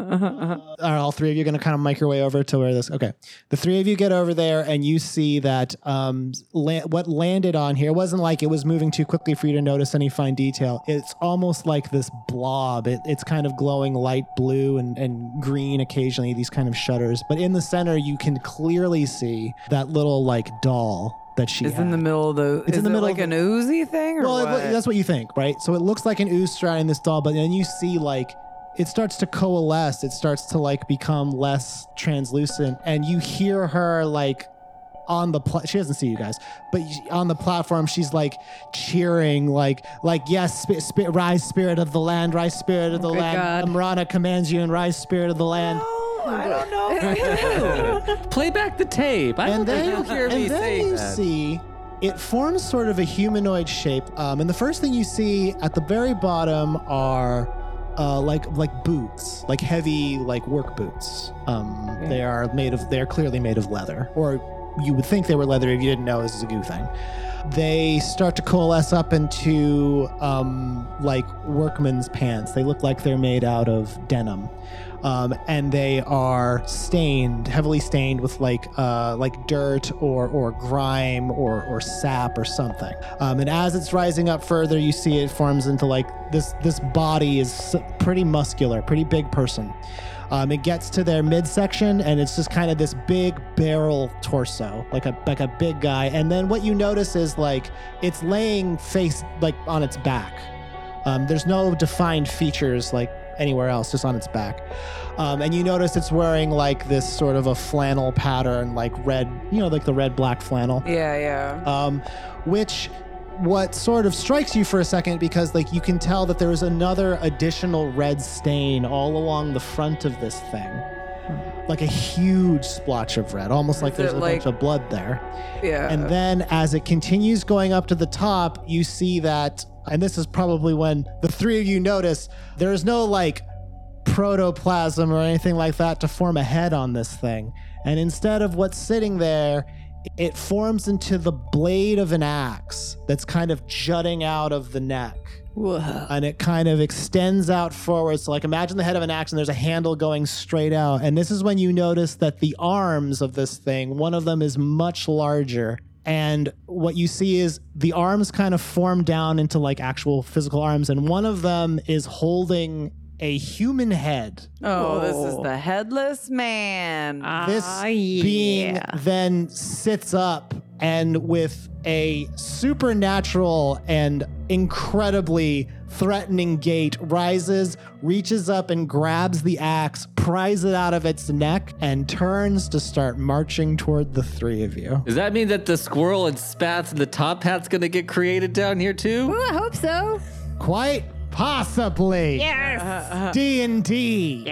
are all three of you going to kind of make your way over to where this? Okay, the three of you get over there, and you see that um, la- what landed on here wasn't like it was moving too quickly for you to notice any fine detail. It's almost like this blob. It, it's kind of glowing light blue and, and green occasionally. These kind of shutters, but in the center you can clearly see that little like doll that she
It's
had.
in the middle of the.
It's
is
in the
it
middle
like
of
an oozy thing or
Well, it-
what?
that's what you think, right? So it looks like an ooze shroud in this doll, but then you see like it starts to coalesce. It starts to like become less translucent, and you hear her like on the pla- she doesn't see you guys, but y- on the platform she's like cheering, like like yes, spi spi rise spirit of the land, rise spirit of the
good God.
land. Amrana commands you, and rise spirit of the land.
Oh, I don't know.
Play back the tape. I
and
don't
then,
think you hear me
and then
saying
you
that.
see it forms sort of a humanoid shape. Um, and the first thing you see at the very bottom are uh, like like boots, like heavy like work boots. Um, They are made of. They are clearly made of leather, or you would think they were leather if you didn't know it was a goo thing. They start to coalesce up into um, like workman's pants. They look like they're made out of denim um, and they are stained, heavily stained with like uh, like dirt or or grime or or sap or something. Um, and as it's rising up further, you see it forms into like this. This body is s- pretty muscular, pretty big person. Um, it gets to their midsection, and it's just kind of this big barrel torso, like a like a big guy. And then what you notice is like it's laying face like on its back. Um, there's no defined features like anywhere else, just on its back. Um, and you notice it's wearing like this sort of a flannel pattern, like red, you know, like the red black flannel
yeah, yeah.
um, which what sort of strikes you for a second because like you can tell that there is another additional red stain all along the front of this thing like a huge splotch of red almost like
Hmm. it
there's a
like-
bunch of blood there
Yeah.
and then as it continues going up to the top, you see that, and this is probably when the three of you notice there is no like protoplasm or anything like that to form a head on this thing. And instead of what's sitting there, it forms into the blade of an axe that's kind of jutting out of the neck. And it kind of extends out forward. So, like, imagine the head of an axe and there's a handle going straight out. And this is when you notice that the arms of this thing, one of them is much larger. And what you see is the arms kind of form down into like actual physical arms. And one of them is holding a human head.
oh, this is
Whoa.
the headless man.
This
Ah,
being
yeah.
then sits up and with a supernatural and incredibly threatening gait rises, reaches up and grabs the axe, pries it out of its neck, and turns to start marching toward the three of you.
Does that mean that the squirrel and spats and the top hat's gonna get created down here too?
Ooh, I hope so.
Quite possibly. Yes. D and D.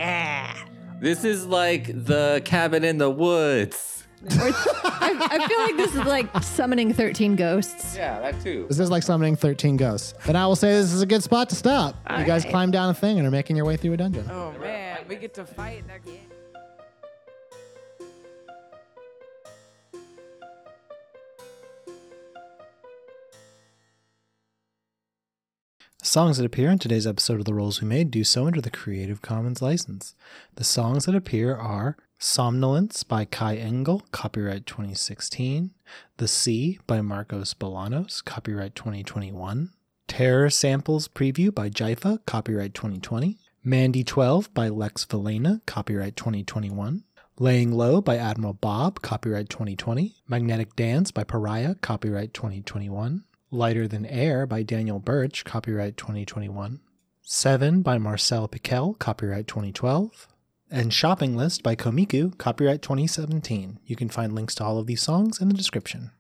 This is like the cabin in the woods.
I, I feel like this is like summoning 13 ghosts.
Yeah, that too.
This is like summoning 13 ghosts. And I will say this is a good spot to stop. you guys climb down a thing and are making your way through a dungeon.
oh man, we get to fight next.
Songs that appear in today's episode of The Roles We Made do so under the Creative Commons license. The songs that appear are Somnolence by Kai Engel, copyright 2016. The Sea by Marcos Bolanos, copyright 2021. Terror Samples Preview by Jifa, copyright 2020. Mandy 12 by Lex Valena, copyright 2021. Laying Low by Admiral Bob, copyright 2020. Magnetic Dance by Pariah, copyright 2021. Lighter Than Air by Daniel Birch, copyright 2021. Seven by Marcel Piquel, copyright 2012. And Shopping List by Komiku, copyright 2017. You can find links to all of these songs in the description.